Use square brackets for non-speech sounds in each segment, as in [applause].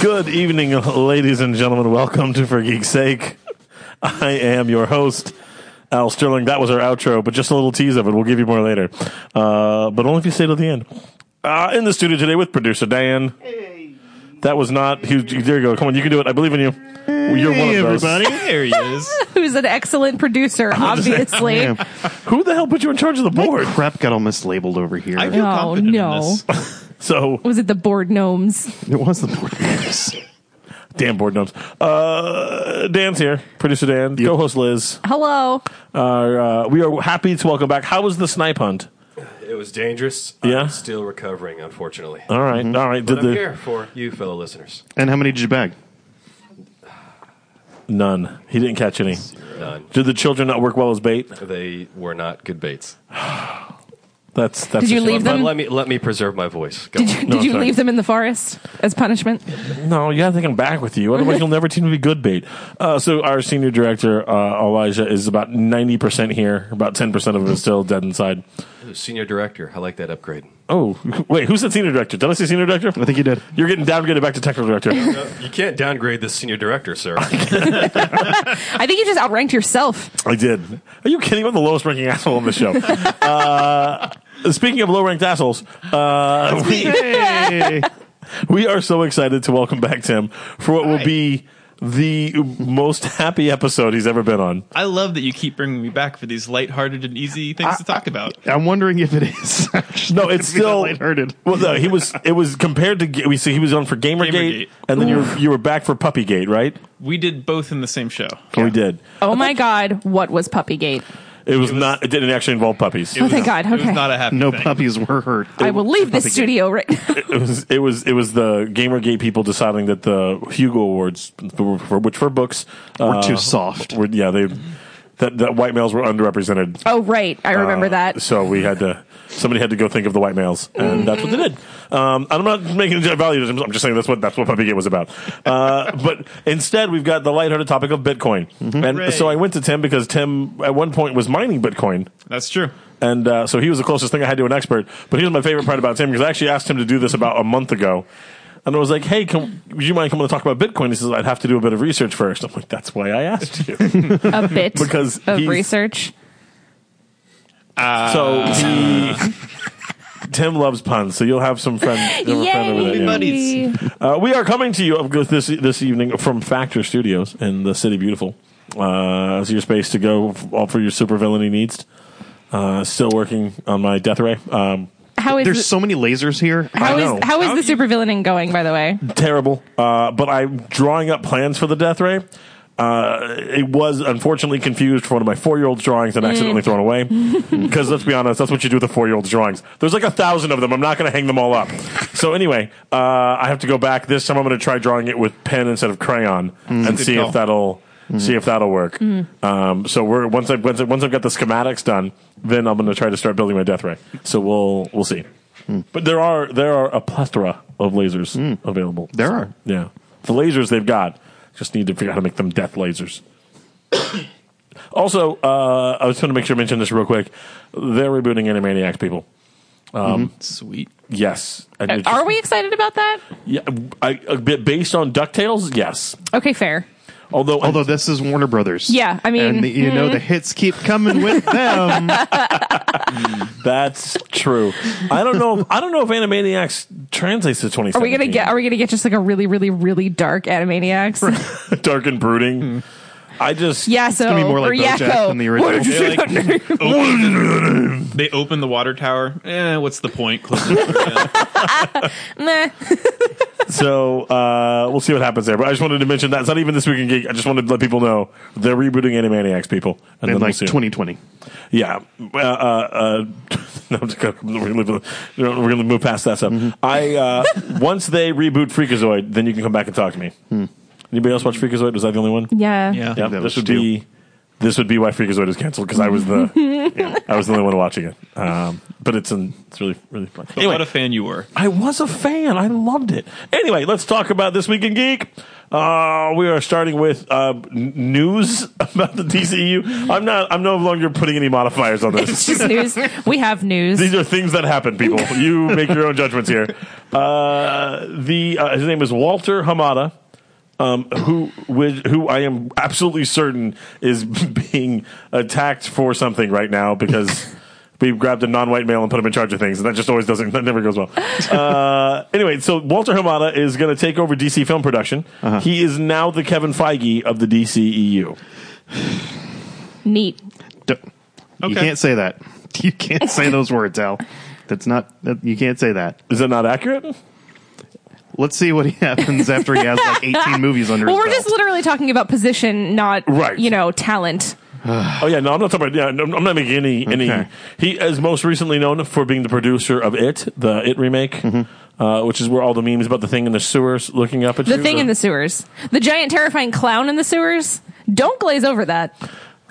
Good evening, ladies and gentlemen. Welcome to For Geek's Sake. I am your host, Al Sterling. That was our outro, but just a little tease of it. We'll give you more later, uh, but only if you stay till the end. Uh, in the studio today with producer Dan. That was not. He, there you go. Come on, you can do it. I believe in you. You're one Hey, of those. everybody. There he [laughs] is. who's an excellent producer, obviously. Yeah. Who the hell put you in charge of the board? Crap got all mislabeled over here. I feel Oh, confident no. in this. So Was it the board gnomes? it was the board games. damn board notes. Uh, Dan's here. Producer Dan. Co-host Liz. Hello. Our, uh, we are happy to welcome back. How was the snipe hunt? It was dangerous. Yeah? I'm Uh, still recovering, unfortunately. All right, all right. Did but I'm the here for you, fellow listeners. And how many did you bag? none? He didn't catch any. None. Did the children not work well as bait? They were not good baits. That's that's. Did a you shame. leave But them? let me let me preserve my voice. Go Did on. you, No, did you sorry. leave them in the forest as punishment? No, you gotta take them back with you. Otherwise, you'll never seem to be good bait. Uh, so our senior director uh, Elijah is about ninety percent here. About ten percent of him is still dead inside. Senior director, I like that upgrade. Oh [laughs] wait, who said senior director? Did I say senior director? I think you did. You're getting downgraded back to technical [laughs] director. You can't downgrade this senior director, sir. I think you just outranked yourself. I did. Are you kidding? I'm the lowest ranking [laughs] asshole on the show. uh, speaking of low ranked assholes, uh, we, Hey. We are so excited to welcome back Tim for what will Hi. be the most happy episode he's ever been on. I love that you keep bringing me back for these lighthearted and easy things to talk about. [laughs] I'm wondering if it is. [laughs] actually No, it's gonna be that still lighthearted. Well, no, he was. It was compared to. Ga- We see he was on for Gamergate, Gamergate. and then you were, you were back for Puppygate, right? We did both in the same show. Oh, we did. Oh my God, what was Puppygate? It was, not. It didn't actually involve puppies. It Oh, was, thank God. It was Okay. not a happy No thing. puppies were hurt. I will leave this studio right [laughs] now. it was. It was. It was the Gamergate people deciding that the Hugo Awards, for, for, which for books, uh, We're too soft. were, yeah, they that that white males were underrepresented. Oh, right. I remember Uh, that. Mm-hmm. So we had to, somebody had to go think of the white males, and that's what they did. Um, and I'm not making a value judgment, I'm just saying that's what that's what Puppy Gate was about. Uh, [laughs] but instead, we've got the lighthearted topic of Bitcoin, and Hooray. so I went to Tim because Tim at one point was mining Bitcoin. That's true. And uh, so he was the closest thing I had to an expert. But here's my favorite part about Tim because I actually asked him to do this about a month ago. And I was like, hey, can, would you mind coming to talk about Bitcoin? He says, I'd have to do a bit of research first. I'm like, that's why I asked you. A bit because of he's- research. So he, Uh, [laughs] Tim loves puns, so you'll have some friend, you'll have a friend over there. Yay! yeah. buddies. Uh, we are coming to you of course, this this evening from Factor Studios in the City Beautiful. Uh, it's your space to go f- all for your supervillainy needs. Uh, still working on my death ray. Um, How is, There's the- so many lasers here. how know. is, how How is the you- supervillaining going, by the way? terrible. Uh, but I'm drawing up plans for the death ray. Uh, it was unfortunately confused for one of my four year old's drawings and accidentally thrown away. Because let's be honest, that's what you do with a four year old's drawings. There's like a thousand of them. I'm not going to hang them all up. So anyway, uh, I have to go back. This time I'm going to try drawing it with pen instead of crayon and Mm. Good see call. Mm. if that'll. See if that'll work. Um, so we're once I once, I, once I've got the schematics done, then I'm going to try to start building my death ray. So we'll we'll see. But there are there are a plethora of lasers available. Hmm. There are. Yeah. The lasers they've got. Just need to figure out how to make them death lasers. [coughs] also, uh, I just want to make sure I mention this real quick. They're rebooting Animaniacs, people. Sweet. Yes. And it just- Uh, Are we excited about that? Yeah, I, a bit based on DuckTales, yes. Okay, fair. Although, Although this is Warner Brothers. Yeah, I mean, hmm. and the, you know the hits keep [laughs] coming with them. that's true. I don't know. If, I don't know if Animaniacs translates to twenty. Are we gonna get? Are we gonna get just like a really, really, really dark [laughs] Animaniacs? dark and brooding? Hmm. I just [laughs] yeah, so gonna be more like or BoJack Yakko. than the original. What did you They, say like, about Nerf? They open the water tower. Eh, what's the point? Close the door. Nah. So uh, we'll see what happens there. But I just wanted to mention that it's not even this week in geek. I just wanted to let people know they're rebooting Animaniacs, people, and then in we'll like see. 2020. Yeah, uh, uh, uh, [laughs] no, I'm just gonna, we're gonna leave it- we're gonna move past that stuff. Mm-hmm. I uh, [laughs] once they reboot Freakazoid, then you can come back and talk to me. Anybody else watch Freakazoid? Was I the only one? yeah. Yeah. Yeah, Hmm. that this was would be this would be why Freakazoid is canceled because I was [laughs] the I was the only one watching it. Um, but it's an, it's really really fun. But What a fan you were. I was a fan. I loved it. Anyway, let's talk about this week in geek. Uh, we are starting with uh, n- news [laughs] about the DCU. I'm not. I'm no longer putting any modifiers on this. [laughs] It's just news. We have news. These are things that happen, people. You make your own judgments here. Uh, the uh, his name is Walter Hamada, um, who with, who I am absolutely certain is [laughs] being attacked for something right now because we grabbed a non-white male and put him in charge of things, and that just always doesn't that never goes well. Uh, anyway, so Walter Hamada is going to take over DC film production. He is now the Kevin Feige of the E DCEU. Neat. D- You Okay. can't say that. [laughs] You can't say those words, Al. That's not. That, you can't say that. Is that not accurate? Let's see what [laughs] happens after he has [laughs] like 18 movies under Well, his we're belt. just literally talking about position, not Right. you know talent. Oh yeah, no, I'm not talking about. Yeah, no, I'm not making any any. Okay. He is most recently known for being the producer of It, the It remake, Mm-hmm. uh, which is where all the memes about the thing in the sewers looking up at The you. thing in the sewers, the giant terrifying clown in the sewers. Don't glaze over that.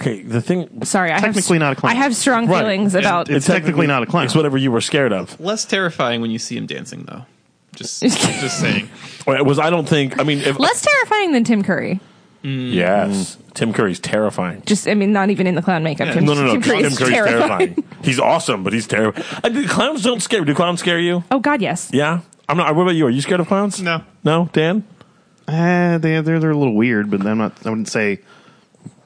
okay, the thing. Sorry, I have, Technically not a clown. I have strong Right. feelings And about. It's technically not a clown. It's whatever you were scared of. Less terrifying when you see him dancing, though. [laughs] Just, just saying. It was I don't think. I mean, if, Mm. Less terrifying than Tim Curry. yes, Tim Curry's terrifying. Just, I mean, not even in the clown makeup. Yeah. Tim, No, no, no. Tim Curry Curry's is terrifying. terrifying. He's awesome, but he's terrible. Clowns don't scare. Do clowns scare you? Oh God, yes. Yeah, I'm not. What about you? Are you scared of clowns? No. no, Dan. Eh, they, they're they're a little weird, but I'm not. I wouldn't say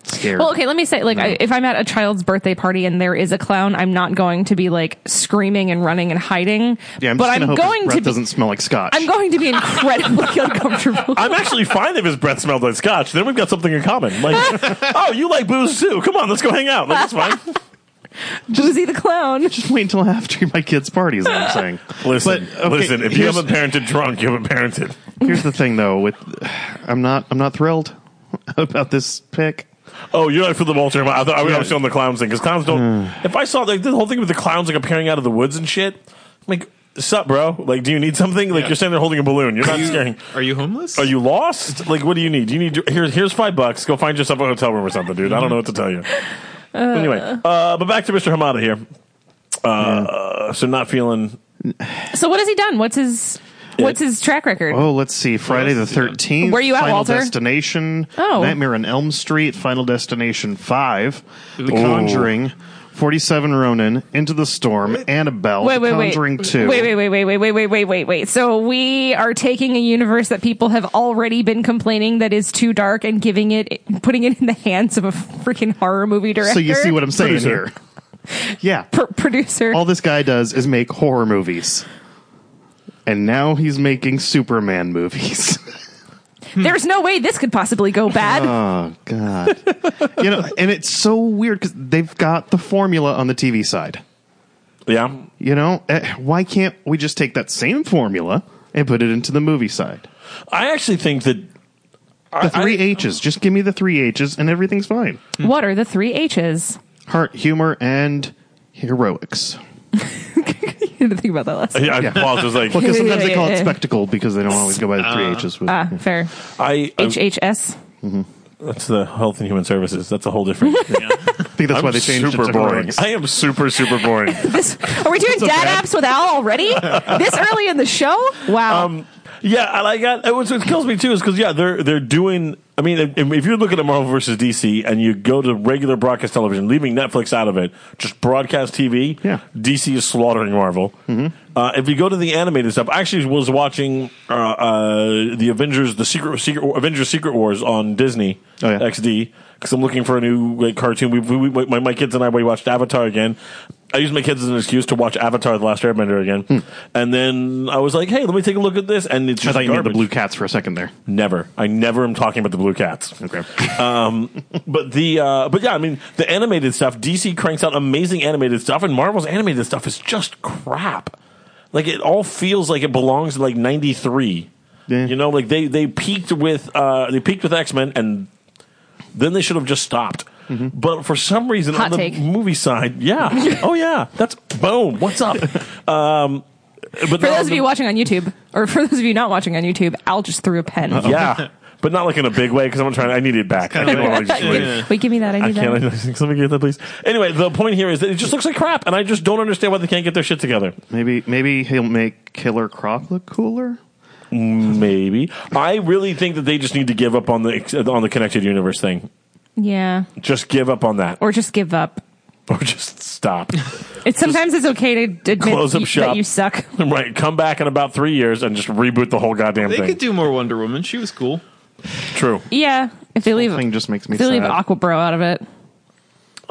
scared. Well, okay, let me say, like, I, if I'm at a child's birthday party and there is a clown, I'm not going to be like screaming and running and hiding. yeah, I'm but just I'm gonna hope his going breath to be, doesn't smell like [laughs] scotch. I'm going to be incredibly uncomfortable. I'm actually fine if his breath smelled like scotch. Then we've got something in common. [laughs] Like, oh, you like booze too? Come on, let's go hang out. Like, that's fine. Boozy the clown. [laughs] just wait until after my kids' party. Is what [laughs] I'm saying. Listen, [laughs] But, okay, listen. If you here's- haven't parented drunk, you haven't parented. Here's the thing, though. With I'm not I'm not thrilled [laughs] about this pick. Oh, you're not for the Walter. Hamada. I thought I was Yeah. Hmm. actually on the clowns thing because clowns don't. if I saw like the whole thing with the clowns like appearing out of the woods and shit, I'm like, sup, bro? Like, do you need something? Like, Yeah. you're standing there holding a balloon. You're not You- scaring. are you homeless? Are you lost? Like, what do you need? You need to, here's here's five bucks. Go find yourself a hotel room or something, dude. I don't know what to tell you. anyway, uh, but back to Mr. Hamada here. Uh, So not feeling So what has he done? What's his What's his track record? Oh, let's see. Friday the else is he on? Thirteenth. Where you at, Final Walter? Destination. Oh. Nightmare on Elm Street. Final Destination Five. The Conjuring. Forty Seven Ronin. Into the Storm. Annabelle. wait, the wait, wait. Conjuring Two. Wait, wait, wait, wait, wait, wait, wait, wait, wait, wait. So we are taking a universe that people have already been complaining that is too dark and giving it, putting it in the hands of a freaking horror movie director. So you see what Oh, I'm saying Producer. here? Yeah. Pr- producer. All this guy does is make horror movies, and now he's making Superman movies. [laughs] There's no way this could possibly go bad. hmm. Oh God! you know, and it's so weird because they've got the formula on the TV side. yeah. You know, Eh, why can't we just take that same formula and put it into the movie side? I actually think that The three H's. Just give me the three H's, and everything's fine. [laughs] What are the three H's? Heart, humor, and heroics. [laughs] you didn't think about that last. I, I Yeah. paused. I was like, [laughs] Well, because sometimes Yeah, they call yeah, it yeah. spectacle because they don't always go by the Uh, three H's. With, Ah, fair. I uh, HHS. that's the Health and Human Services. That's a whole [laughs] different. I think that's why they changed it super to boring. [laughs] heroics. I am super super [laughs] boring. This, are we doing so dad bad. apps with Al already? this early in the show? Wow. yeah, and I got it. Was, what kills me too is because yeah, they're they're doing. I mean, if, if you look at Marvel versus DC and you go to regular broadcast television, leaving Netflix out of it, just broadcast TV. Yeah. DC is slaughtering Marvel. Uh, if you go to the animated stuff, I actually was watching uh, uh, the Avengers, the Secret Secret Avengers Secret Wars on Disney Oh, yeah. XD because I'm looking for a new like, cartoon. We, we, we my, my kids and I we watched Avatar again. I used my kids as an excuse to watch Avatar: The Last Airbender again, and then I was like, "Hey, let me take a look at this." And it's Hmm. I just thought you meant the garbage. blue cats for a second there. Never, I never am talking about the blue cats. Okay. But the uh, but yeah, I mean the animated stuff. DC cranks out amazing animated stuff, and Marvel's animated stuff is just crap. Like it all feels like it belongs in like '93. Yeah. You know, like they they peaked with uh, they peaked with X Men, and then they should have just stopped. Mm-hmm. But for some reason, Hot on the take. movie side, [laughs] yeah, oh yeah, that's boom. What's up? um, but for those of you watching on YouTube, or for those of you not watching on YouTube, Al just threw a pen. [laughs] yeah, but not like in a big way because I'm trying. I need it back. I kinda don't wanna, like- like, just- Yeah. Wait, give me that. I I need can't. that. I, [laughs] somebody get that, please. Anyway, the point here is that it just looks like crap, and I just don't understand why they can't get their shit together. Maybe maybe he'll make Killer Croc look cooler. Maybe I really think that they just need to give up on the on the connected universe thing. Yeah. Just give up on that, or, Or just give up. just stop. [laughs] It's sometimes it's okay to admit Close up you- shop. that you suck. right, come back in about three years and just reboot the whole goddamn They thing. could do more Wonder Woman. She was cool. True. Yeah. If they leave, thing just makes me if they leave sad. Aquabro out of it.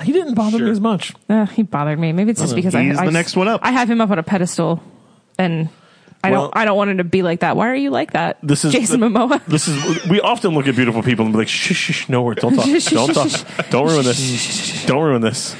He didn't bother me as much. Uh, he bothered me. Maybe it's just because he's I, I the next one up. I have him up on a pedestal, and I Well- don't. I don't want him to be like that. Why are you like that? This is Jason the- Momoa. [laughs] This is we often look at beautiful people and be like, shh, shh, [laughs] shh, no words, don't talk, don't talk, don't ruin this, don't ruin this.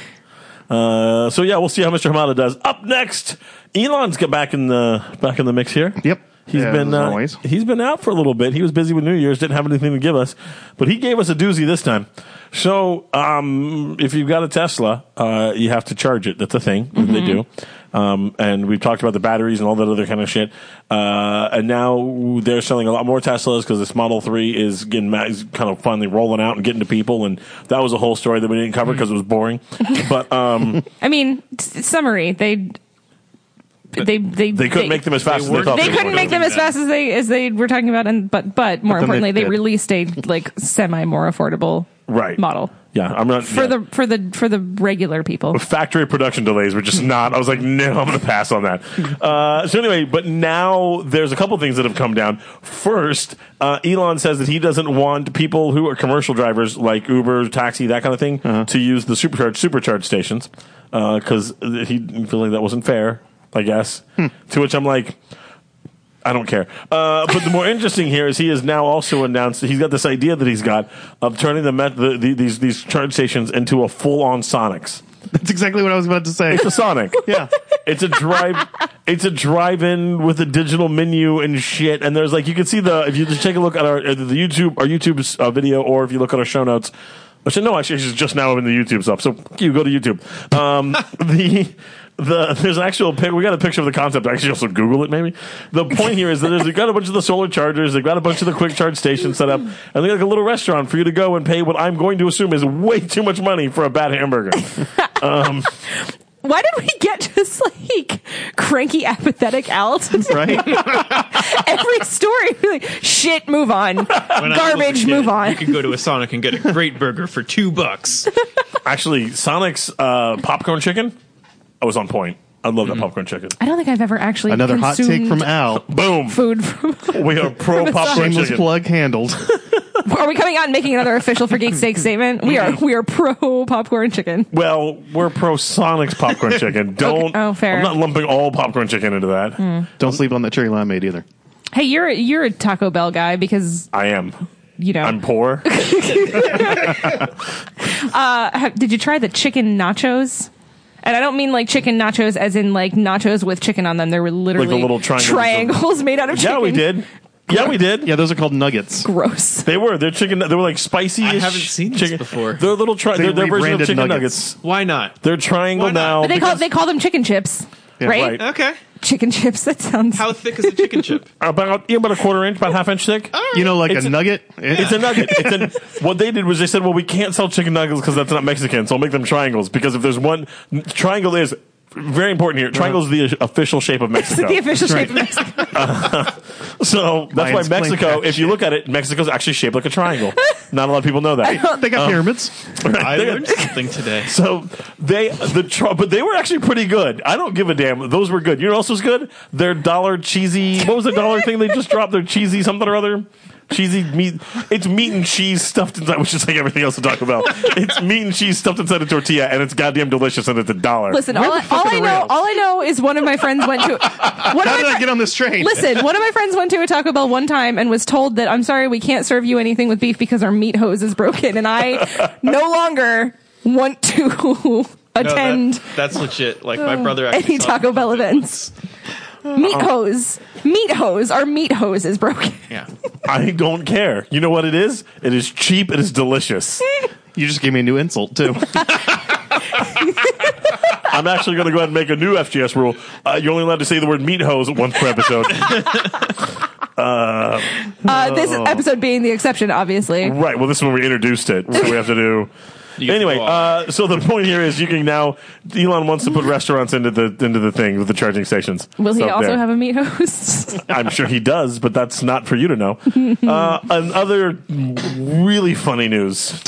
Uh, so yeah, we'll see how Mr. Hamada does. Up next, Elon's get back in the back in the mix here. Yep. He's Yeah, been as uh, always. he's been out for a little bit. He was busy with New Year's, didn't have anything to give us, but he gave us a doozy this time. So um, if you've got a Tesla, uh, you have to charge it. That's a thing that they do. Um, and we've talked about the batteries and all that other kind of shit. Uh, and now they're selling a lot more Teslas because this Model Three is getting ma- is kind of finally rolling out and getting to people. And that was a whole story that we didn't cover because it was [laughs] boring. but um, I mean, s- summary. They they they they couldn't make them as fast they as they weren't- thought. They They, couldn't were. make them as Yeah. fast as they as they were talking about, and but but more But then they importantly, they did. released a like semi more affordable Right. model Yeah, I'm not for yeah. the for the for the regular people. factory production delays were just not. I was like, no, I'm going to pass on that. Uh, so anyway, but now there's a couple things that have come down. First, uh, Elon says that he doesn't want people who are commercial drivers like Uber, taxi, that kind of thing, to use the supercharge supercharge stations because he feels like that wasn't fair. I guess. To which I'm like. I don't care. Uh, but the more interesting here is he has now also announced he's got this idea that he's got of turning the, met- the, the these these charge stations into a full on Sonics. [laughs] That's exactly what I was about to say. It's a Sonic. [laughs] yeah. It's a drive. it's a drive-in with a digital menu and shit. And there's like you can see the if you just take a look at our uh, the YouTube our YouTube's uh, video, or if you look at our show notes. Actually, no, actually, she's just now in the YouTube stuff. So fuck you go to YouTube. Um, [laughs] the the there's an actual pic. We got a picture of the concept. Actually, also Google it maybe. The point here is that there's they've got a bunch of the solar chargers. They've got a bunch of the quick charge stations set up, and they got like a little restaurant for you to go and pay what I'm going to assume is way too much money for a bad hamburger. Why did we get just like cranky, apathetic Al to do Right? [laughs] every story? We're Like, Shit, move on. When I was a Garbage, kid, move You on. could go to a Sonic and get [laughs] a great burger for two bucks. Actually, Sonic's uh, popcorn chicken, I was on point. I love Mm-hmm. that popcorn chicken. I don't think I've ever actually Another hot take consumed [laughs] from Al. Boom! food. From- [laughs] We are pro popcorn Shameless chicken. plug handled. [laughs] are we coming out and making another official for Geek Steak statement? We are we are pro popcorn chicken. Well, we're pro Sonic's [laughs] popcorn chicken. Don't. Okay. Oh, fair. Hmm. I'm not lumping all popcorn chicken into that. Don't sleep on that cherry limeade either. Hey, you're a, you're a Taco Bell guy because I am. you know. I'm [laughs] poor. ha- did you try the chicken nachos? And I don't mean like chicken nachos as in like nachos with chicken on them. They were literally little triangles of- triangles made out of chicken. yeah, we did. Yeah, we did. Yeah, those are called [laughs] nuggets. Gross. They were. They're chicken. They were like spicy. I haven't seen this chicken. before. They're little. Tri- They they're their version of rebranded chicken nuggets. nuggets. Why not? They're triangle Why now. not? But they call they call them chicken chips, right? right. Okay. Chicken chips. That sounds. How thick is the chicken chip? about yeah, about a quarter inch, about half inch Oh, thick. You know, like It's a, a- nugget? [laughs] It's a nugget. It's a, what they did was they said, "Well, we can't sell chicken nuggets because that's not Mexican, so I'll make them triangles." Because if there's one triangle is very important here. Triangle is the official shape of is it Mexico. [laughs] the official shape of Mexico? so that's Lions why claim Mexico. that If you look at it, Mexico's actually shaped like a triangle. not a lot of people know [laughs] that. Oh. they got pyramids. [laughs] I They're- learned something today. So they the tr- but they were actually pretty good. I don't give a damn. Those were good. You know what else was good? Their dollar cheesy. What was the dollar thing they just dropped? Their cheesy something or other. Cheesy meat. It's meat and cheese stuffed inside, which is like everything else to talk about. It's meat and cheese stuffed inside a tortilla, and it's goddamn delicious, and it's a dollar. Listen, all, I, all I know, all I know is one of my friends went [laughs] to. One of How my did I fri- get on this train? Listen, one of my friends went to a Taco Bell one time and was told that I'm sorry, we can't serve you anything with beef because our meat hose is broken, and [laughs] I no longer want to [laughs] No, that- attend. that's legit. Like my brother actually any saw Taco me Bell do it events. Meat hose, meat hose. Our meat hose is broken. [laughs] once. Yeah. I don't care. You know what it is? It is cheap. It is delicious. [laughs] You just gave me a new [laughs] insult, too. I'm actually going to go ahead and make a new FGS rule. Uh, you're only allowed to say the word meat hose once per episode. Uh, this episode being the exception, obviously. right. Well, this is when we introduced it, so we have to do. [laughs] You get to anyway, go all uh, so the point here is you can now. Elon wants to [laughs] put restaurants into the into the thing with the charging stations. Will he So also there. have a meat host? I'm sure he does, but that's not for you to [laughs] know. Uh, another really funny news.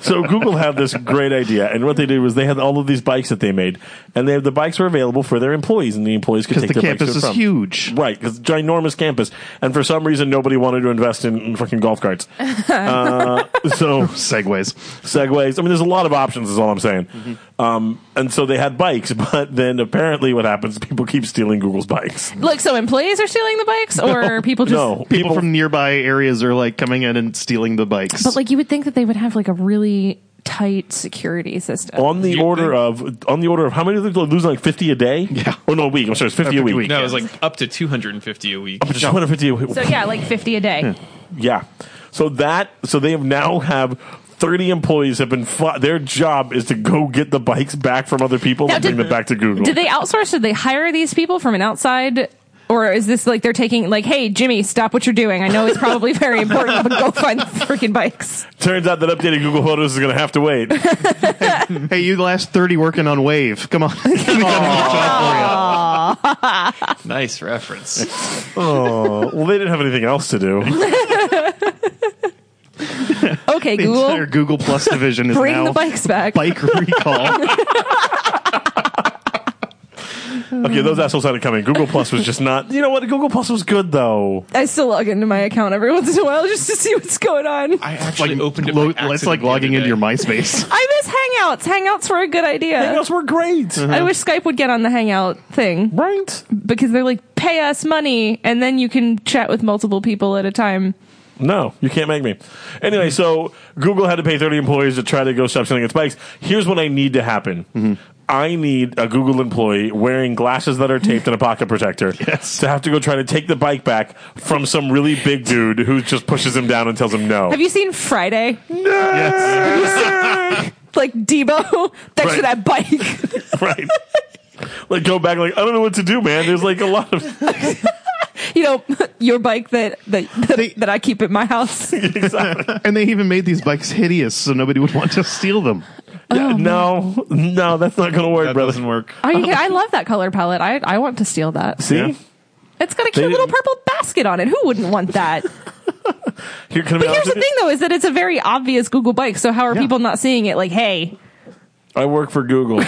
So Google had this great idea, and what they did was they had all of these bikes that they made, and they the bikes were available for their employees, and the employees could because take the their bikes to campus and is from. huge. Right, it's a ginormous campus, and for some reason nobody wanted to invest in, in fucking golf carts. Uh, so [laughs] Segways. segways. I mean, there's a lot of options. Is all I'm saying. Um, and so they had bikes, [laughs] but then apparently what happens? People keep stealing Google's bikes. Look, so employees are stealing the bikes, or people just. no, People, from nearby areas are like coming in and stealing the bikes. But like, you would think that they would have like a really tight security system. on the You order of on the order of how many do they lose? Like 50 a day? Yeah. Oh no, a week. I'm sorry, it's 50 a 50 week. a week. No, it was like up to 250 a week. Just 150 a week. so yeah, like fifty a day. Yeah. So that so they have now have 30 employees have been fi- their job is to go get the bikes back from other people Now, and bring did- them back to Google. Did they outsource? Did they hire these people from an outside? Or is this like they're taking like, hey Jimmy, stop what you're doing? I know [laughs] it's probably very important, but go find the freaking bikes. Turns out that updated Google Photos is going to have to [laughs] wait. hey, you last thirty working on Wave. Come on, [laughs] We Oh. got a new job Nice reference. oh, well, they didn't have anything else to do. Okay, for you. The entire Google, Google Plus division is bring now the bikes back. [laughs] bike recall. Okay, those assholes had it coming. Google Plus was just not. You know what? Google Plus was good though. I still log into my account every once in a while just to see what's going on. I actually opened it. Lo- by that's accident like the logging other into your day. [laughs] MySpace. I miss Hangouts. Hangouts were a good idea. Hangouts were great, I wish Skype would get on the Hangout thing right? because they're like, pay us money and then you can chat with multiple people at a time. No, you can't make me. Anyway, so Google had to pay 30 employees to try to go stop stealing its bikes. Here's what I need to happen. Mm-hmm. I need a Google employee wearing glasses that are taped and a pocket [laughs] protector to have to go try to take the bike back from some really big dude who just pushes him down and tells him no. Have you seen Friday? yes. [laughs] Like Debo, [laughs] thanks for Right. that bike. [laughs] [laughs] right. Like go back, like I don't know what to do, man. There's like a lot of you know, [laughs] your bike that that that, that I keep at [laughs] my house. [laughs] And they even made these bikes hideous so nobody would want to steal them. Yeah, Um, no, no, that's not gonna work, That brother. doesn't work. Are you, I love that color palette. I I want to steal that. See, Yeah. It's got a cute They little didn't- purple basket on it. Who wouldn't [laughs] want that? here can I be But here's honest the with you? thing, though, is that it's a very obvious Google bike. So how are Yeah. people not seeing it? Like, hey, I work for [laughs] Google.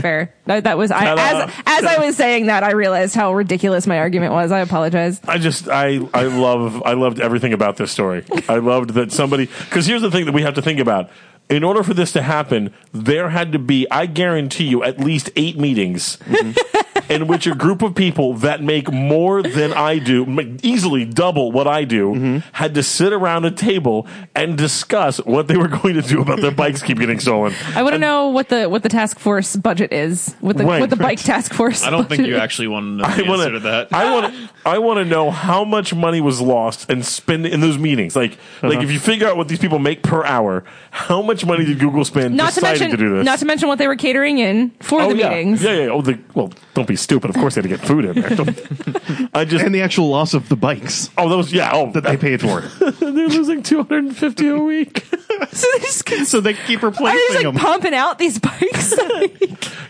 [laughs] fair. That, that was I, Ta-da. as as I was saying that, I realized how ridiculous my argument was. I apologize. I just I I love I loved everything about this story. I loved that somebody because here's the thing that we have to think about. In order for this to happen, there had to be, I guarantee you, at least eight meetings Mm-hmm. in which a group of people that make more than I do, make easily double what I do, Mm-hmm. had to sit around a table and discuss what they were going to do about their bikes keep getting stolen. I want to know what the what the task force budget is. What the Right. what the bike task force? I don't think budget you is. actually want to know the I answer want to to. that. I want. I want to know how much money was lost and spent in those meetings. Like, like if you figure out what these people make per hour, how much money did Google spend Not to deciding mention, to do this? not to mention what they were catering in for oh the yeah. meetings. [laughs] yeah, yeah. Oh, the, well, don't be stupid. Of course, they had to get food in there. [laughs] Don't- I just. And the actual loss of the bikes oh, that was yeah. Oh, [laughs] that they paid for. they're losing two hundred and fifty a week. So they just [laughs] so they keep Are they replacing just like them. pumping out these bikes? [laughs]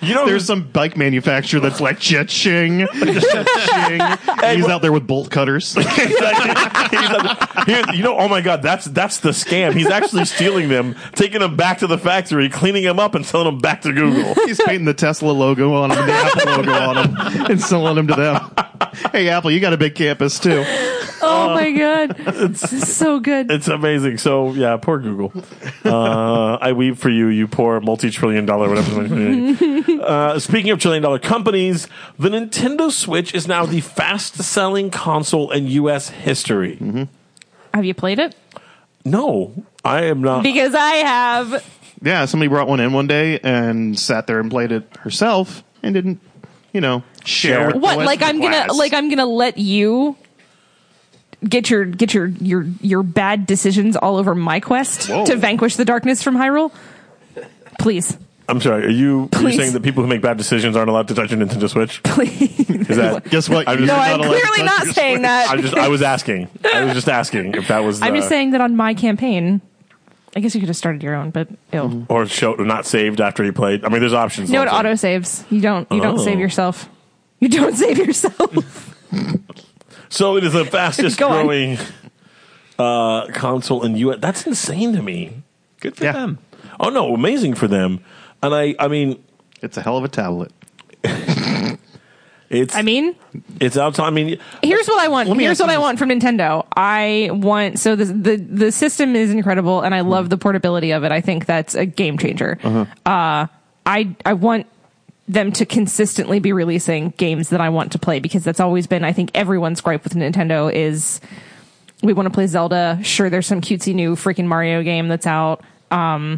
You know, There's some bike manufacturer that's like cha-ching, cha-ching. [laughs] He's out there with bolt [laughs] cutters. [laughs] He's like, here, you know, oh my god, that's that's the scam. He's actually stealing them, taking them back to the factory, cleaning them up, and selling them back to Google. He's painting the Tesla logo on them, the Apple logo on them, and selling them to them. [laughs] Hey, Apple, you got a big campus too. Uh, oh my [laughs] god, this is so good. It's amazing. So yeah, poor Google. Uh, I weep for you, you poor multi-trillion dollar whatever. [laughs] uh, speaking of trillion dollar companies, the Nintendo Switch is now the fastest selling console in U.S. history. Mm-hmm. Have you played it? No, I am not. Because I have. Yeah, somebody brought one in one day and sat there and played it herself and didn't, you know, share. Share. with the What? rest Like of the I'm gonna class. like I'm gonna let you get your get your your your bad decisions all over my quest Whoa. to vanquish the darkness from Hyrule. Please, [laughs] I'm sorry. Are you, are you Please. saying that people who make bad decisions aren't allowed to touch a Nintendo Switch? please. Is that? [laughs] Guess what? I'm just- no, You're I'm not allowed to clearly touch not your saying that. I just I was asking. I was just asking if that was. [laughs] I'm just uh, saying that on my campaign, I guess you could have started your own, but ill. Mm-hmm. or show not saved after he played. I mean, there's options. No, it also. auto saves. You don't. You don't Oh. save yourself. You don't [laughs] save yourself. So it is [laughs] the fastest Go on. growing uh, console in U.S. That's insane to me. Good for Yeah. them. Oh no, amazing for them. And I, I mean, It's a hell of a tablet. it's I mean, it's outside. I mean, here's what I want. Let me Here's what ask you I this. want from Nintendo. I want so the the the system is incredible, and I Mm-hmm. love the portability of it. I think that's a game changer. Uh-huh. uh I I want them to consistently be releasing games that I want to play because that's always been I think everyone's gripe with Nintendo is we want to play Zelda. Sure, there's some cutesy new freaking Mario game that's out. Um,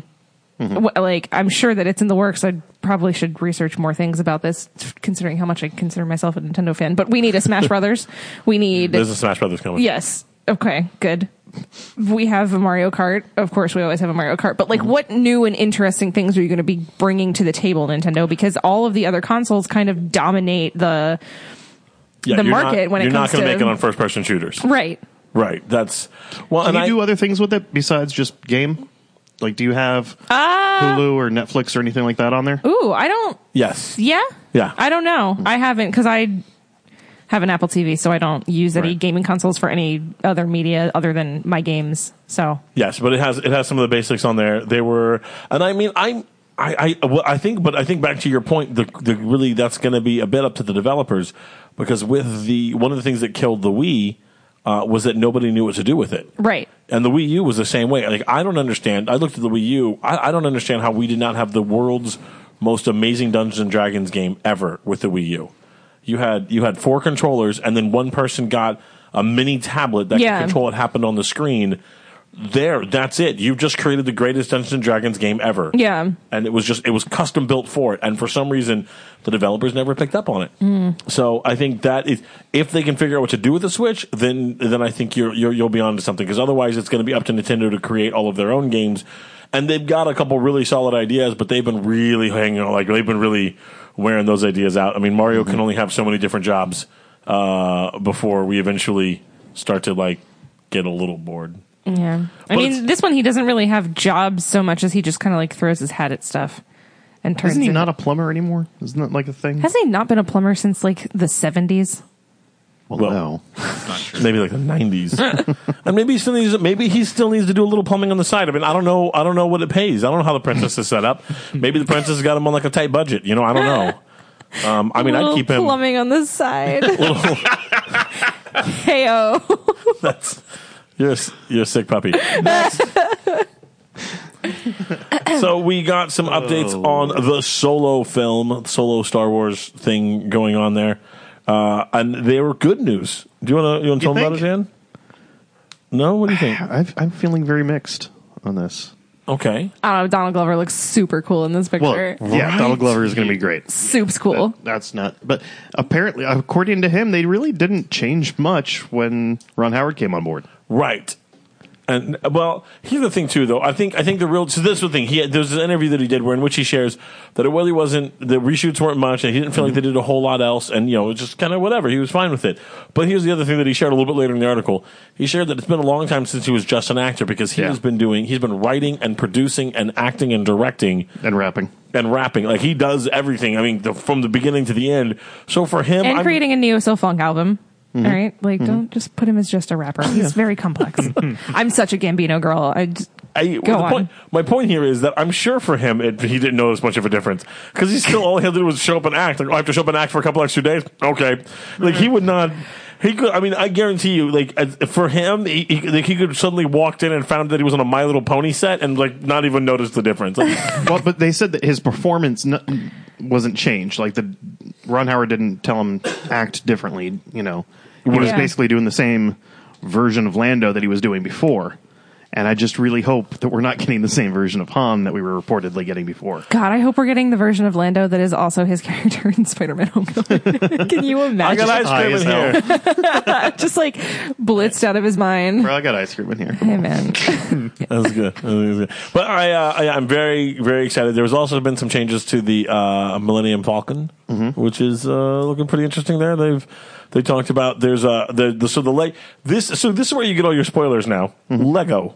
Wh- like I'm sure that it's in the works. I probably should research more things about this, considering how much I consider myself a Nintendo fan. But we need a Smash Brothers. We need there's a Smash Brothers coming. yes. Okay, good. We have a Mario Kart. Of course, we always have a Mario Kart. But like, what new and interesting things are you going to be bringing to the table, Nintendo? Because all of the other consoles kind of dominate the Yeah, the you're market not, when it you're not comes gonna to- make it on first person shooters, right. right? That's well, Can and I, you do other things with it besides just game? Like, do you have Hulu or Netflix or anything like that on there? Uh, Ooh, I don't. yes, Yeah. Yeah. I don't know. I haven't because I have an Apple TV, so I don't use any Right. gaming consoles for any other media other than my games. So Yes, but it has it has some of the basics on there. They were, and I mean, I'm. I, I, well, I think, but I think back to your point, the, the really that's going to be a bit up to the developers because with the one of the things that killed the Wii uh, was that nobody knew what to do with it. right, And the Wii U was the same way. Like I don't understand. I looked at the Wii U. I, I don't understand how we did not have the world's most amazing Dungeons and Dragons game ever with the Wii U. You had you had four controllers, and then one person got a mini tablet that Yeah. could control what happened on the screen. There, that's it. You've just created the greatest Dungeons and Dragons game ever. Yeah. and it was just it was custom built for it. And for some reason, the developers never picked up on it. So I think that is if they can figure out what to do with the Switch, then then I think you're, you're you'll be onto something because otherwise it's going to be up to Nintendo to create all of their own games. And they've got a couple really solid ideas, but they've been really hanging on. Like they've been really wearing those ideas out. I mean, Mario can only have so many different jobs uh, before we eventually start to like get a little bored. yeah. I But mean, it's- this one he doesn't really have jobs so much as he just kind of like throws his hat at stuff and turns. Isn't he it- not a plumber anymore? Isn't that like a thing? Hasn't he not been a plumber since like the seventies? Well- no. maybe like the nineties, [laughs] and maybe he still needs maybe he still needs to do a little plumbing on the side. I mean, I don't know, I don't know what it pays. I don't know how the princess is set up. Maybe the princess got him on like a tight budget. You know, I don't know. Um, I mean, I'd keep him. plumbing on the side. hey [laughs] That's you're a, s- you're a sick puppy. [laughs] so we got some updates on the solo film, solo Star Wars thing going on there, uh, and they were good news. Do you want to you want to tell them about it, think? Dan? No, what do you think? I've, I'm feeling very mixed on this. Okay. I don't know. Donald Glover looks super cool in this Well, picture. yeah, Donald Glover is going to be great. Soup's cool. That's not. But apparently, according to him, they really didn't change much when Ron Howard came on board. Right. And well, here's the thing too, though. I think I think the real so this is the thing. He had, there's an interview that he did where in which he shares that it really wasn't the reshoots weren't much, and he didn't feel like they did a whole lot else, and you know it was just kind of whatever. He was fine with it. But here's the other thing that he shared a little bit later in the article. He shared that it's been a long time since he was just an actor because he Yeah. has been doing he's been writing and producing and acting and directing And rapping. and rapping. Like he does everything. I mean, the, from the beginning to the end. So for him, I'm- and Mm-hmm. creating a neo soul funk album. All right, like don't just put him as just a rapper. He's very [laughs] complex. Mm-hmm. I'm such a Gambino girl. I just, I, Go the on. Point, my point here is that I'm sure for him it, he didn't notice much of a difference because he still all he had to do was show up and act. Like oh, I have to show up and act for a couple extra days. Okay, like he would not. He could. I mean, I guarantee you. Like as, for him, he, he, like, he could suddenly walked in and found that he was on a My Little Pony set and like not even notice the difference. Like, well, but they said that his performance n- wasn't changed. Like the Ron Howard didn't tell him act differently. You know, he was Yeah. basically doing the same version of Lando that he was doing before. And I just really hope that we're not getting the same version of Han that we were reportedly getting before. God, I hope we're getting the version of Lando that is also his [laughs] character in Spider-Man: Homecoming. [laughs] Can you I got imagine? ice high cream as in hell. here. just like blitzed out of his mind. Bro, I got ice cream in here. Hey man, That's good. That was good. But I, uh, I, I'm very, very excited. There's also been some changes to the uh, Millennium Falcon, which is uh, looking pretty interesting. There, they've they talked about there's uh, the, the so the leg this so this is where you get all your spoilers now. Lego.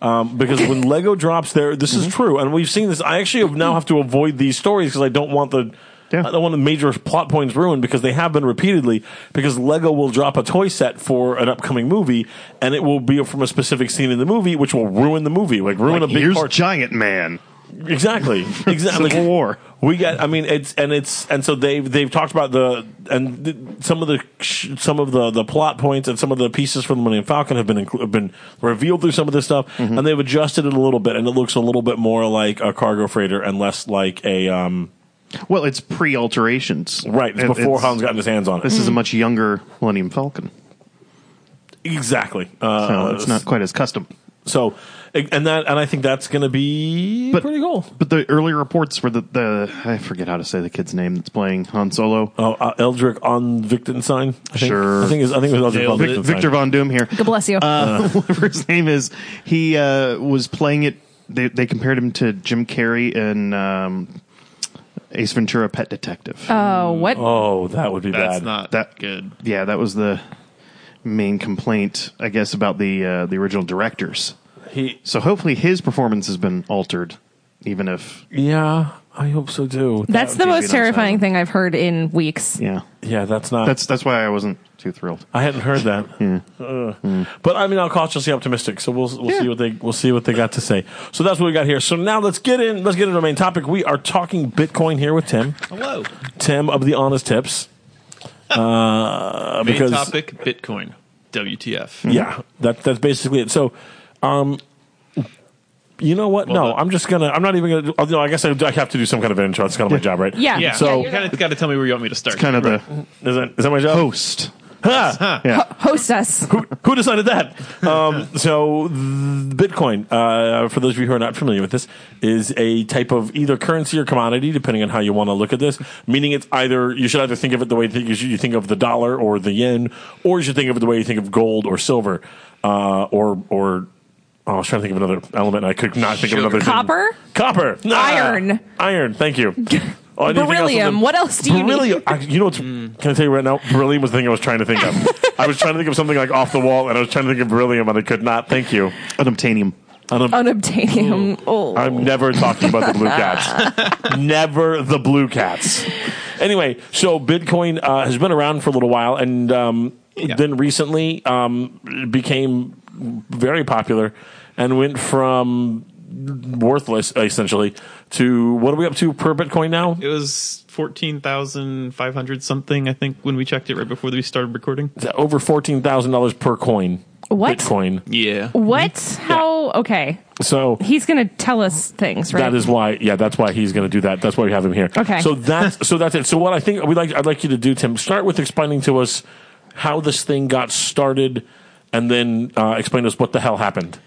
Um, because when Lego drops their, this is true, and we've seen this. I actually have now have to avoid these stories because I don't want the, Yeah. I don't want the major plot points ruined because they have been repeatedly. Because Lego will drop a toy set for an upcoming movie, and it will be from a specific scene in the movie, which will ruin the movie, like ruin Like, a big here's part. Giant Man. Exactly. Exactly. [laughs] Civil War. We got. I mean, it's and it's and so they've they've talked about the and th- some of the sh- some of the the plot points and some of the pieces from the Millennium Falcon have been inclu- have been revealed through some of this stuff, Mm-hmm. and they've adjusted it a little bit, and it looks a little bit more like a cargo freighter and less like a um Well, it's pre alterations. right. It's before Holland's gotten his hands on it. This is a much younger Millennium Falcon. Exactly. So Uh, it's not quite as custom. so, e, and that and I think that's going to be But- pretty cool. But the early reports were that the I forget how to say the kid's name that's playing Han Solo. Oh, uh, Eldrick on Wittgenstein. I think. Sure. I think is I think it was Eldrick on Nailed Vic- Wittgenstein. Victor Von Doom here. God [laughs] bless you. Um, Uh, [laughs] whatever his name is, he uh, was playing it. They, they compared him to Jim Carrey in um, Ace Ventura: Pet Detective. oh, what? Oh, that would be That's bad. not that- that good. yeah, that was the main complaint, I guess, about the uh, the original directors. he So hopefully his performance has been altered, even if Yeah, I hope so too. That's the would be most nice, terrifying Adam. thing I've heard in weeks. yeah, yeah. That's not. that's Hmm. that's why I wasn't too thrilled. I hadn't heard that. Ugh. But I mean, I'm cautiously optimistic. So we'll we'll see what they we'll see what they got to say. So that's what we got here. So now let's get in. Let's get into our main topic. We are talking Bitcoin here with Tim. Hello. Tim of the Honest Tips. Uh, Main because topic Bitcoin. WTF. yeah, that that's basically it. So, um. You know what? no, done. I'm just gonna. I'm not even gonna. Do, oh, no, I guess I, I have to do some kind of intro. It's kind of my job, right? Yeah. Yeah. So- So you kind of got to tell me where you want me to start. Kind of Right. the Is that is that my job? host. Ha! Yeah, Host us. who, who decided that? Um, so, th- Bitcoin, uh, for those of you who are not familiar with this, is a type of either currency or commodity, depending on how you want to look at this. Meaning, it's either you should either think of it the way that you should- you think of the dollar or the yen, or you should think of it the way you think of gold or silver, uh, or or. Oh, I was trying to think of another element, and I could not think Sugar. of another thing. Copper? Copper, Ah! Iron. iron. Thank [laughs] you. Oh, anything else Beryllium. other than- What else do you need? Beryllium. I, you know what's? Can I tell you right now? Beryllium was the thing I was trying to think of. I was trying to think of something like off the wall, and I was trying to think of beryllium, and I could not. Thank you. unobtainium. Oh, Unobtainium. Oh. I'm never talking about the blue [laughs] cats. never the blue cats. Anyway, so Bitcoin uh, has been around for a little while, and um, then recently um, became very popular and went from worthless essentially to what are we up to per Bitcoin now? It was 14,500 something, I think, when we checked it right before we started recording. It's over fourteen thousand dollars per coin. What? Bitcoin? Yeah. What? How? Okay. So He's going to tell us things, right? That is why, yeah, that's why he's going to do that. That's why we have him here. Okay. So that's so that's it. So what I think we like, I'd like you to do, Tim, start with explaining to us how this thing got started, and then uh, explain to us what the hell happened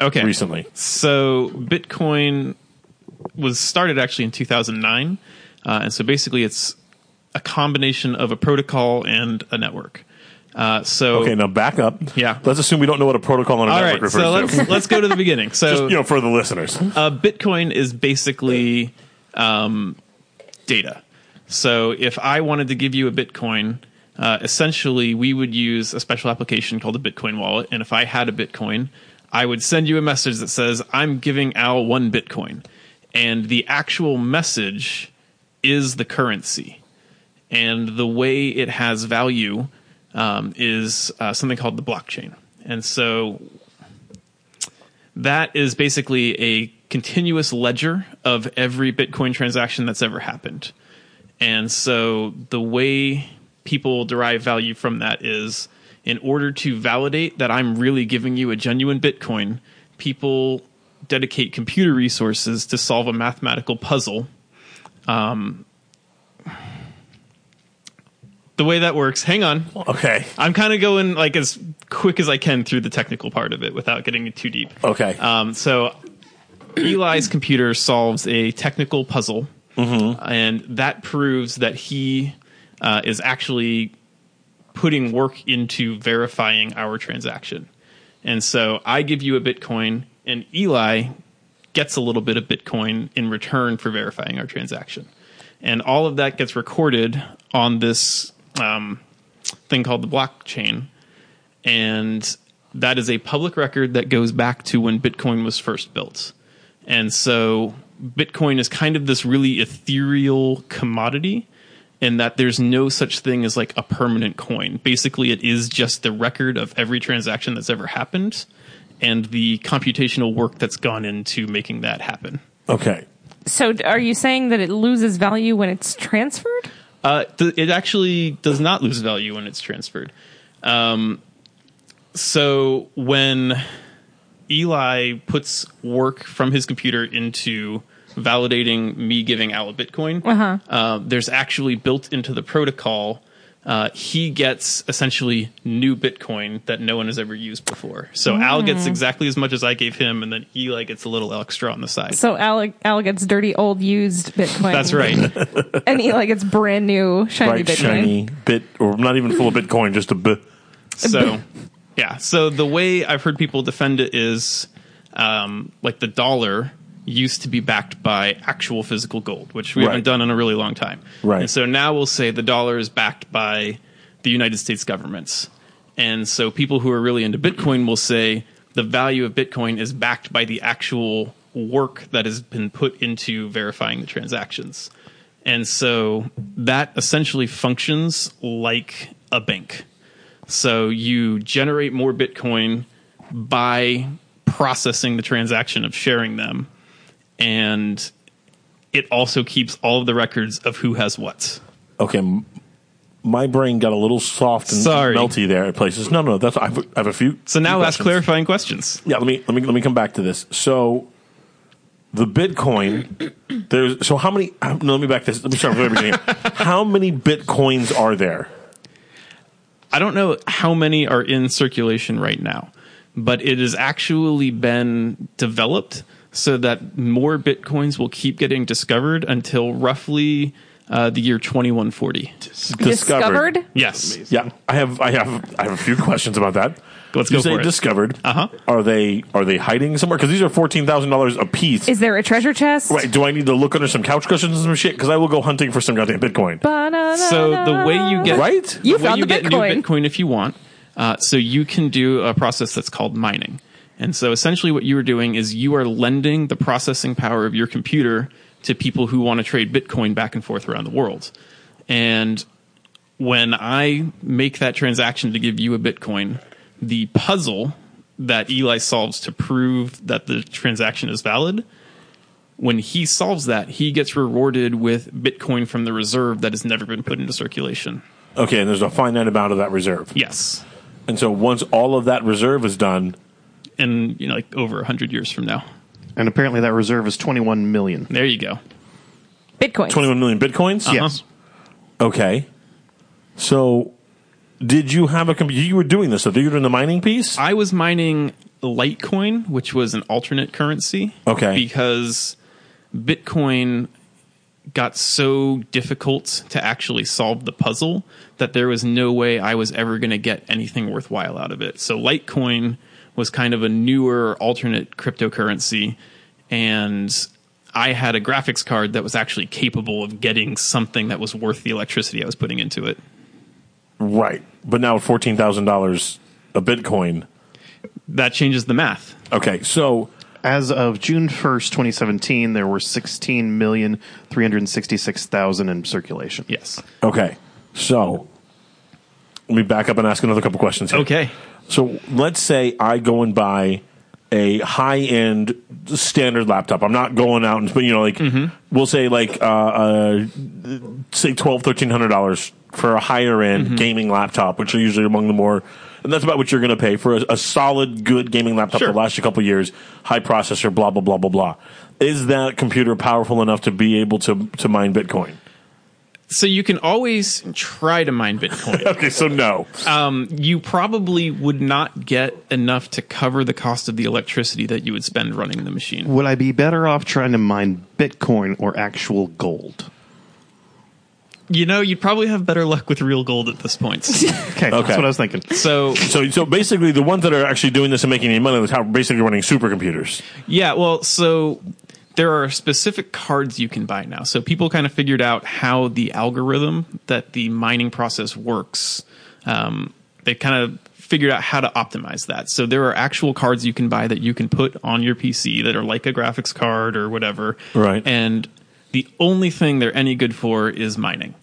Okay. recently. So Bitcoin was started actually in 2009, uh, and so basically it's a combination of a protocol and a network. Uh, so Okay, now back up. Yeah. Let's assume we don't know what a protocol on a all network right, refers so let's to. let's go to the [laughs] beginning. So Just, you know, for the listeners, uh, Bitcoin is basically um, data. So if I wanted to give you a Bitcoin, uh, essentially we would use a special application called a Bitcoin wallet. And if I had a Bitcoin, I would send you a message that says, I'm giving Al one Bitcoin. And the actual message is the currency. And the way it has value um, is uh, something called the blockchain. And so that is basically a continuous ledger of every Bitcoin transaction that's ever happened. And so the way people derive value from that is in order to validate that I'm really giving you a genuine Bitcoin, people dedicate computer resources to solve a mathematical puzzle. Um, the way that works, hang on. okay, I'm kind of going like as quick as I can through the technical part of it without getting too deep. okay, Um, so Eli's computer solves a technical puzzle, and that proves that he uh, is actually putting work into verifying our transaction. And so I give you a Bitcoin, and Eli gets a little bit of Bitcoin in return for verifying our transaction. And all of that gets recorded on this um, thing called the blockchain. And that is a public record that goes back to when Bitcoin was first built. And so Bitcoin is kind of this really ethereal commodity in that there's no such thing as like a permanent coin. Basically, it is just the record of every transaction that's ever happened and the computational work that's gone into making that happen. Okay. So, d- are you saying that it loses value when it's transferred? Uh, th- it actually does not lose value when it's transferred. Um, so when Eli puts work from his computer into validating me giving Al a Bitcoin, uh there's actually built into the protocol. Uh, he gets essentially new Bitcoin that no one has ever used before. So Al gets exactly as much as I gave him, and then Eli gets a little extra on the side. So Al, Al gets dirty, old, used Bitcoin. That's right. And Eli gets brand new, shiny Bright, Bitcoin. shiny bit, or not even full of Bitcoin, just a bit. So, yeah. So the way I've heard people defend it is, um, like the dollar used to be backed by actual physical gold, which we Right. haven't done in a really long time. Right. And so now we'll say the dollar is backed by the United States governments, and so people who are really into Bitcoin will say the value of Bitcoin is backed by the actual work that has been put into verifying the transactions. And so that essentially functions like a bank. So you generate more Bitcoin by processing the transaction of sharing them. And it also keeps all of the records of who has what. Okay. m- My brain got a little soft and Sorry. melty there at places. No, no, that's I have, I have a few. So now few ask questions. clarifying questions. Yeah, let me let me let me come back to this. So the Bitcoin, there's so how many? uh, No, let me back this. Let me start from the [laughs] very beginning. How many Bitcoins are there? I don't know how many are in circulation right now, but it has actually been developed so that more Bitcoins will keep getting discovered until roughly uh, the year 2140. Discovered? Yes. Yeah, I have, I have, I have a few questions about that. Let's you go say for it. discovered. Uh-huh. Are they are they hiding somewhere? Because these are fourteen thousand dollars a piece. Is there a treasure chest? right? Do I need to look under some couch cushions and some shit? Because I will go hunting for some goddamn Bitcoin. Ba-da-da-da. So the way you get Right? You the way found you the get Bitcoin. new Bitcoin if you want. Uh, so you can do a process that's called mining. And so essentially, what you are doing is you are lending the processing power of your computer to people who want to trade Bitcoin back and forth around the world. And when I make that transaction to give you a Bitcoin, the puzzle that Eli solves to prove that the transaction is valid when he solves that, he gets rewarded with Bitcoin from the reserve that has never been put into circulation. Okay, and there's a finite amount of that reserve. Yes. And so once all of that reserve is done, And, you know, like over 100 years from now. And apparently that reserve is 21 million. There you go. Bitcoin. twenty one million Uh-huh. Bitcoins. Yes. Okay. So, did you have a computer? You were doing this, so you were doing the mining piece? I was mining Litecoin, which was an alternate currency. Okay. Because Bitcoin got so difficult to actually solve the puzzle that there was no way I was ever going to get anything worthwhile out of it. So Litecoin was kind of a newer alternate cryptocurrency and I had a graphics card that was actually capable of getting something that was worth the electricity I was putting into it. right. But now at $14,000 a Bitcoin. That changes the math. Okay. So, As of June 1st, 2017, there were 16,366,000 in circulation. Yes. okay. So, let me back up and ask another couple questions here. Okay. So, let's say I go and buy a high end standard laptop. I'm not going out and, but you know, like, we'll say like, uh, uh, say twelve, thirteen hundred dollars for a higher end gaming laptop, which are usually among the more, and that's about what you're going to pay for a, a solid, good gaming laptop Sure. that lasts you a couple years, high processor, blah blah blah blah blah. Is that computer powerful enough to be able to to mine Bitcoin? [laughs] So you can always try to mine [laughs] Bitcoin. Okay, so no. you probably would not get enough to cover the cost of the electricity that you would spend running the machine. Would I be better off trying to mine Bitcoin or actual gold? You know, you'd probably have better luck with real gold at this [laughs] point. Okay, Okay. that's what I was thinking. so, so so basically, the ones that are actually doing this and making any money are basically running supercomputers. yeah, well, so there are specific cards you can buy now. So people kind of figured out how the algorithm that the mining process works. Um, they kind of figured out how to optimize that. So there are actual cards you can buy that you can put on your PC that are like a graphics card or whatever. Right. And the only thing they're any good for is mining.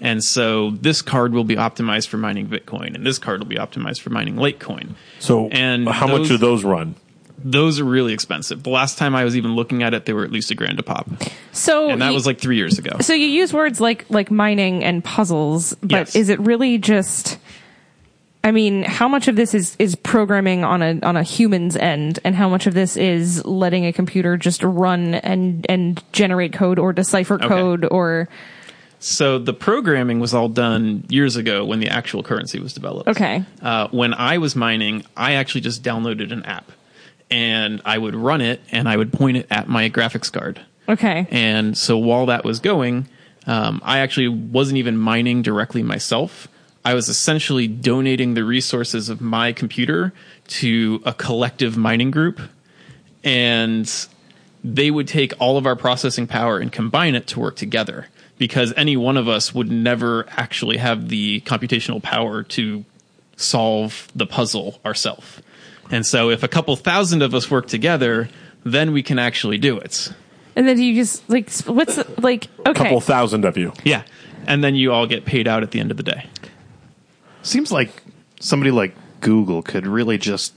And so this card will be optimized for mining Bitcoin, and this card will be optimized for mining Litecoin. So, and how much do those run? Those are really expensive. The last time I was even looking at it, they were at least a grand a pop, So and that you- was like three years ago. so you use words like like mining and puzzles, but Yes. is it really just? I mean, how much of this is is programming on a on a human's end, and how much of this is letting a computer just run and and generate code or decipher code or So the programming was all done years ago when the actual currency was developed. Okay. Uh, when I was mining, I actually just downloaded an app and I would run it and I would point it at my graphics card. okay? And so while that was going, um, I actually wasn't even mining directly myself. I was essentially donating the resources of my computer to a collective mining group. And they would take all of our processing power and combine it to work together because any one of us would never actually have the computational power to solve the puzzle ourselves. And so if a couple thousand of us work together, then we can actually do it. And then you just like sp- what's the, like okay? couple thousand of you. Yeah. And then you all get paid out at the end of the day. Seems like somebody like Google could really just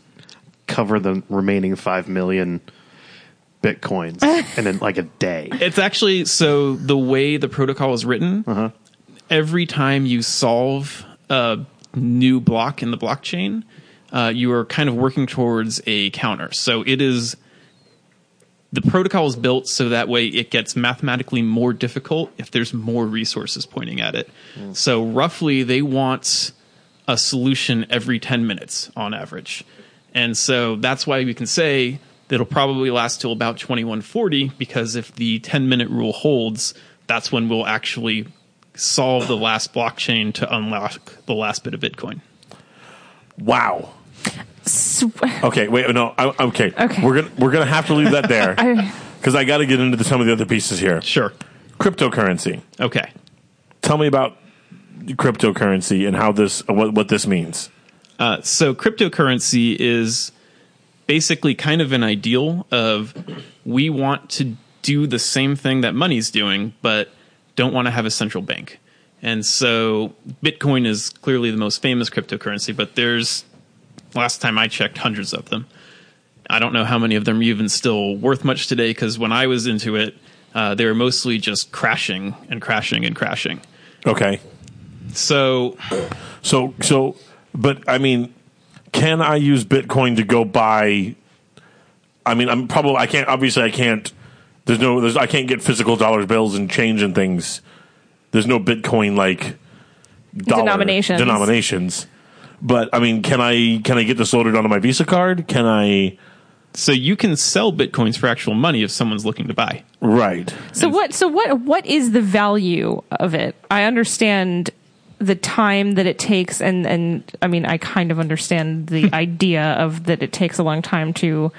cover the remaining five million [laughs] bitcoins and in like a day. It's actually so the way the protocol is written, every time you solve a new block in the blockchain, uh, you are kind of working towards a counter. So it is the protocol is built so that way it gets mathematically more difficult if there's more resources pointing at it. So roughly they want a solution every 10 minutes on average. And so that's why we can say that it'll probably last till about 2140 because if the 10 minute rule holds, that's when we'll actually solve the last blockchain to unlock the last bit of Bitcoin. Wow. Sw- Okay, wait, no, I, okay. Okay. We're gonna we're gonna have to leave that there [laughs] I- because I got to get into the, some of the other pieces here. Sure. Cryptocurrency. Okay. Tell me about cryptocurrency and how this what what this means. Uh, so cryptocurrency is basically kind of an ideal of we want to do the same thing that money's doing, but don't want to have a central bank. And so Bitcoin is clearly the most famous cryptocurrency, but there's last time I checked hundreds of them. I don't know how many of them are even still worth much today because when I was into it, uh, they were mostly just crashing and crashing and crashing. Okay. So So so, but I mean, can I use Bitcoin to go buy? I mean, I'm probably I can't. Obviously, I can't. There's no. There's I can't get physical dollar bills and change and things. There's no Bitcoin like dollar Denominations. Denominations. But I mean, can I can I get this loaded onto my Visa card? Can I? so you can sell bitcoins for actual money if someone's looking to buy. Right. So what? So what? What is the value of it? I understand the time that it takes, and and I mean, I kind of understand [laughs] the idea of that it takes a long time to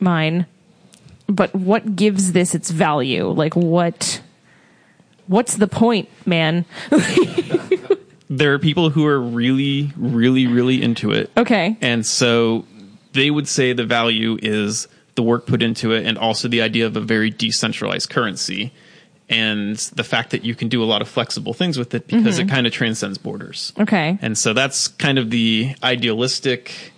mine. But what gives this its value? Like what? What's the point, man? there are people who are really, really, really into it. Okay. And so they would say the value is the work put into it and also the idea of a very decentralized currency and the fact that you can do a lot of flexible things with it because Mm-hmm. it kind of transcends borders. Okay. And so that's kind of the idealistic.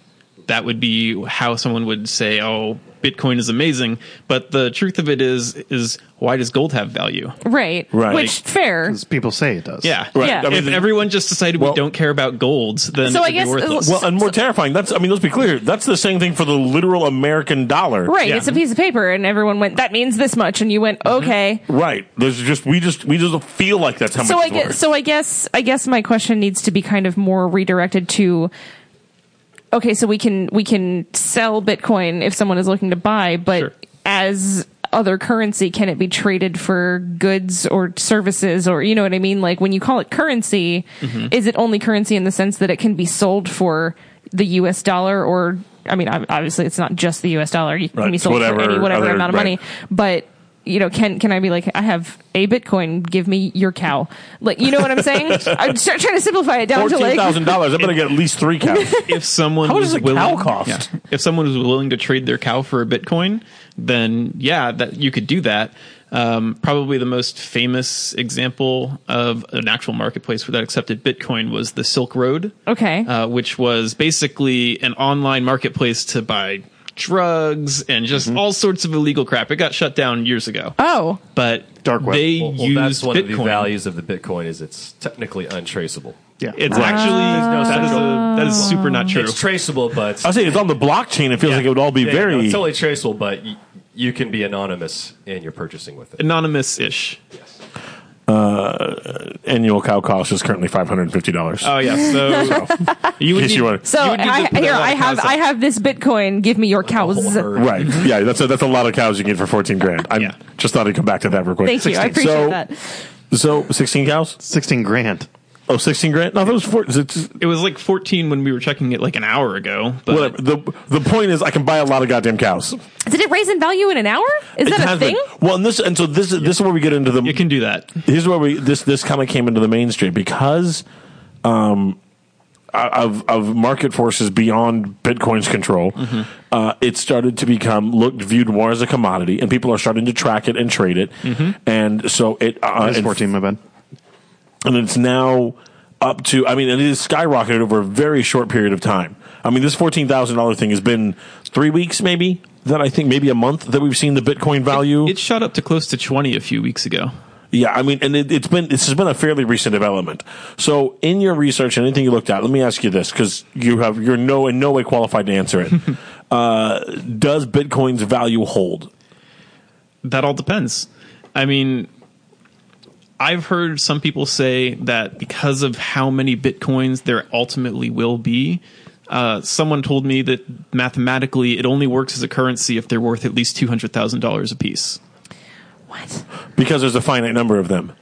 That would be how someone would say, "Oh, Bitcoin is amazing." But the truth of it is, is why does gold have value? right. Right. Which fair. As people say it does. Yeah, Right. Yeah. I mean, if the- everyone just decided Well- we don't care about gold, then So it would I guess- uh, be worthless. Well, and more terrifying. That's. I mean, let's be clear. That's the same thing for the literal American dollar. Right. Yeah. Mm-hmm. It's a piece of paper, and everyone went. That means this much, and you went. Okay. Right. There's just we just we just feel like that's how so much. I it's guess worth. so I guess I guess my question needs to be kind of more redirected to okay, so we can we can sell Bitcoin if someone is looking to buy, but Sure. as other currency, can it be traded for goods or services or you know what I mean? Like when you call it currency, Mm-hmm. is it only currency in the sense that it can be sold for the U.S. dollar or I mean, ob- obviously, it's not just the U.S. dollar. You can Right, be it's sold whatever for any whatever other- amount of right. money, but you know, can can I be like, I have a Bitcoin, give me your cow, like you know what I'm saying? [laughs] I'm tr- trying to simplify it down to Fourteen like thousand dollars. I'm gonna get at least three [laughs] cows. if someone How much was does a willing, cow cost? if someone was willing to trade their cow for a Bitcoin, then yeah, that you could do that. Um, probably the most famous example of an actual marketplace where that accepted Bitcoin was the Silk Road, okay, uh, which was basically an online marketplace to buy drugs and just Mm-hmm. all sorts of illegal crap. It got shut down years ago. oh, but Dark web. they Well, well, used that's one Bitcoin. of the values of the Bitcoin is it's technically untraceable. Yeah. It's actually Ah. that, is a, that is super not true. It's traceable, but I say it's on the blockchain. It feels Yeah. like it would all be Yeah, very. no, it's totally traceable, but y- you can be anonymous in your purchasing with it. Anonymous ish. annual cow cost is currently five hundred and fifty dollars. Uh, Oh yeah, so you would case you need- wanna- so you would need I, to put here a lot I of have cows up. I have this Bitcoin, give me your cows. Whole herd. Right. mm-hmm. Yeah, that's a, that's a lot of cows you can get for 14 grand. I Yeah. just thought I'd come back to that real quick. Thank you, I 16. appreciate so, that. So 16 cows? 16 grand. Oh, 16 grand? No, that was four. it's- it's- It was like 14 when we were checking it like an hour ago. But whatever. The, the point is, I can buy a lot of goddamn cows. Is Did it raise in value in an hour? Is that a thing? Well, and this and so this is this is where we get into the you can do that. here's where we this this comic came into the mainstream because um of of market forces beyond Bitcoin's control, uh, it started to become looked viewed more as a commodity, and people are starting to track it and trade it, and so it uh, It's and- 14, my bad. and it's now up to I mean it is skyrocketed over a very short period of time. I mean this fourteen thousand dollar thing has been three weeks maybe that I think maybe a month that we've seen the Bitcoin value. It shot up to close to 20 a few weeks ago. yeah, I mean, and it, it's been this has been a fairly recent development. So in your research and anything you looked at, let me ask you this because you have you're no in no way qualified to answer it. uh, does Bitcoin's value hold? That all depends. I mean, I've heard some people say that because of how many bitcoins there ultimately will be, uh, someone told me that mathematically it only works as a currency if they're worth at least $200,000 a piece. What? because there's a finite number of them.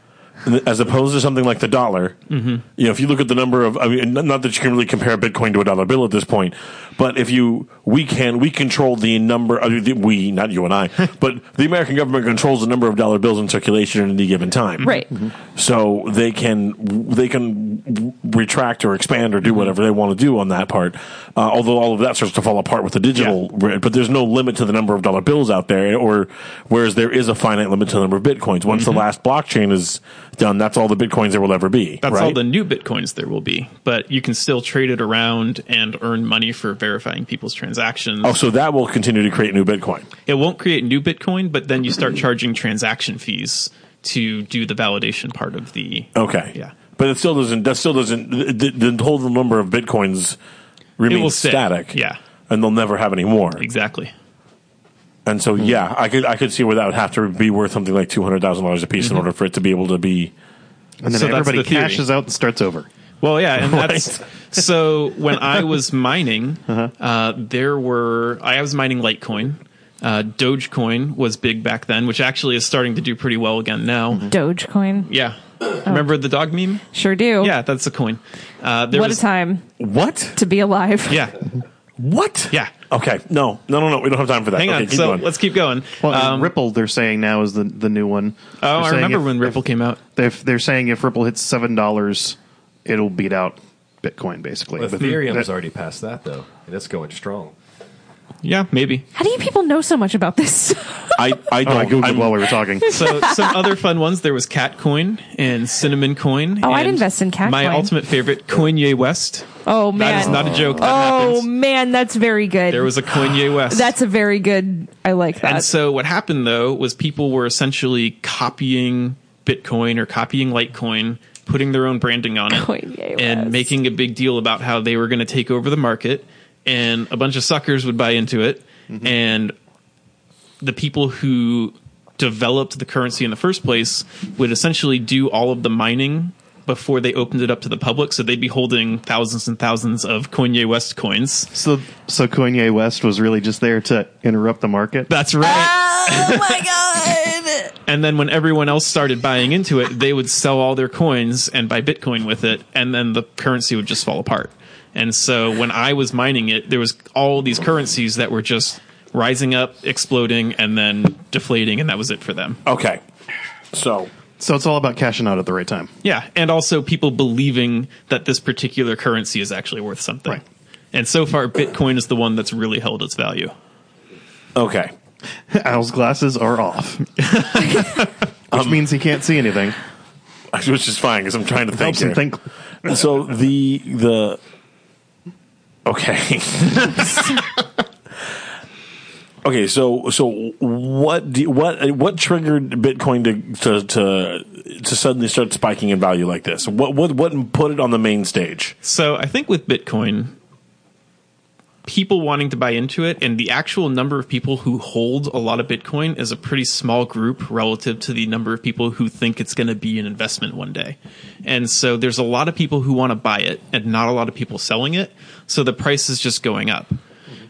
As opposed to something like the dollar, you know, if you look at the number of, I mean, n- not that you can really compare Bitcoin to a dollar bill at this point, but if you, we can, we control the number, I mean, the- we, not you and I, but the American government controls the number of dollar bills in circulation at any given time. Right. So they can, they can w- retract or expand or Mm-hmm. do whatever they want to do on that part. Uh, although all of that starts to fall apart with the digital, re- but there's no limit to the number of dollar bills out there, eh, or whereas there is a finite limit to the number of bitcoins. Once Mm-hmm. the last blockchain is done, that's all the bitcoins there will ever be. That's right? all the new bitcoins there will be, but you can still trade it around and earn money for verifying people's transactions. Oh, so that will continue to create new Bitcoin. It won't create new Bitcoin, but then you start charging transaction fees to do the validation part of the. Okay. Yeah. But it still doesn't. That still doesn't. The, the the whole number of bitcoins remains will stay. static. Yeah. And they'll never have any more. Exactly. And so, yeah, I could I could see where that would have to be worth something like two hundred thousand dollars a piece in order for it to be able to be. And then So that's everybody the theory. cashes out and starts over. Well, [laughs] yeah, and that's so. When I was mining, Uh-huh. uh there were I was mining Litecoin. Uh, Dogecoin was big back then, which actually is starting to do pretty well again now. Mm-hmm. Dogecoin, Yeah, remember the dog meme? sure do. Yeah, that's a coin. Uh, there What was, a time What? to be alive. Yeah, What? Yeah. Okay. No. No. No. No. We don't have time for that. hang okay, on. Keep So going. let's keep going. Well, Um, Ripple, they're saying now is the, the new one. oh, I remember when Ripple came out. They're, they're saying if Ripple hits seven dollars, it'll beat out Bitcoin basically. But Ethereum's that- already past that though, and it's going strong. Yeah, maybe. How do you people know so much about this? [laughs] I I Oh, don't. I googled I'm- while we were talking. [laughs] So some other fun ones. There was Cat Coin and Cinnamon Coin. Oh, I'd and invest in Cat My Coin. ultimate favorite, Coinye West. Oh man, That is not a joke. That oh happens. man, that's very good. There was a Coinye West. that's a very good. I like that. and so what happened though was people were essentially copying Bitcoin or copying Litecoin, putting their own branding [laughs] on it, Coinye and West. making a big deal about how they were going to take over the market, and a bunch of suckers would buy into it, and the people who developed the currency in the first place would essentially do all of the mining before they opened it up to the public so they'd be holding thousands and thousands of Kanye West coins. So so Kanye West was really just there to interrupt the market. That's right. [laughs] oh my god. And then when everyone else started buying into it, they would sell all their coins and buy Bitcoin with it, and then the currency would just fall apart. And so when I was mining it, there was all these currencies that were just rising up, exploding, and then deflating, and that was it for them. Okay. So So it's all about cashing out at the right [laughs] time. Yeah, and also people believing that this particular currency is actually worth something. Right. And so far, Bitcoin is the one that's really held its value. okay. [laughs] Al's glasses are [laughs] off, which Um, means he can't see anything. Which is fine because I'm trying to think. Helps him here. think. so the the okay [laughs] okay so so what do, what what triggered bitcoin to, to to to suddenly start spiking in value like this what what what put it on the main stage So I think with Bitcoin, people wanting to buy into it and the actual number of people who hold a lot of Bitcoin is a pretty small group relative to the number of people who think it's going to be an investment one day. And so there's a lot of people who want to buy it and not a lot of people selling it. So the price is just going up.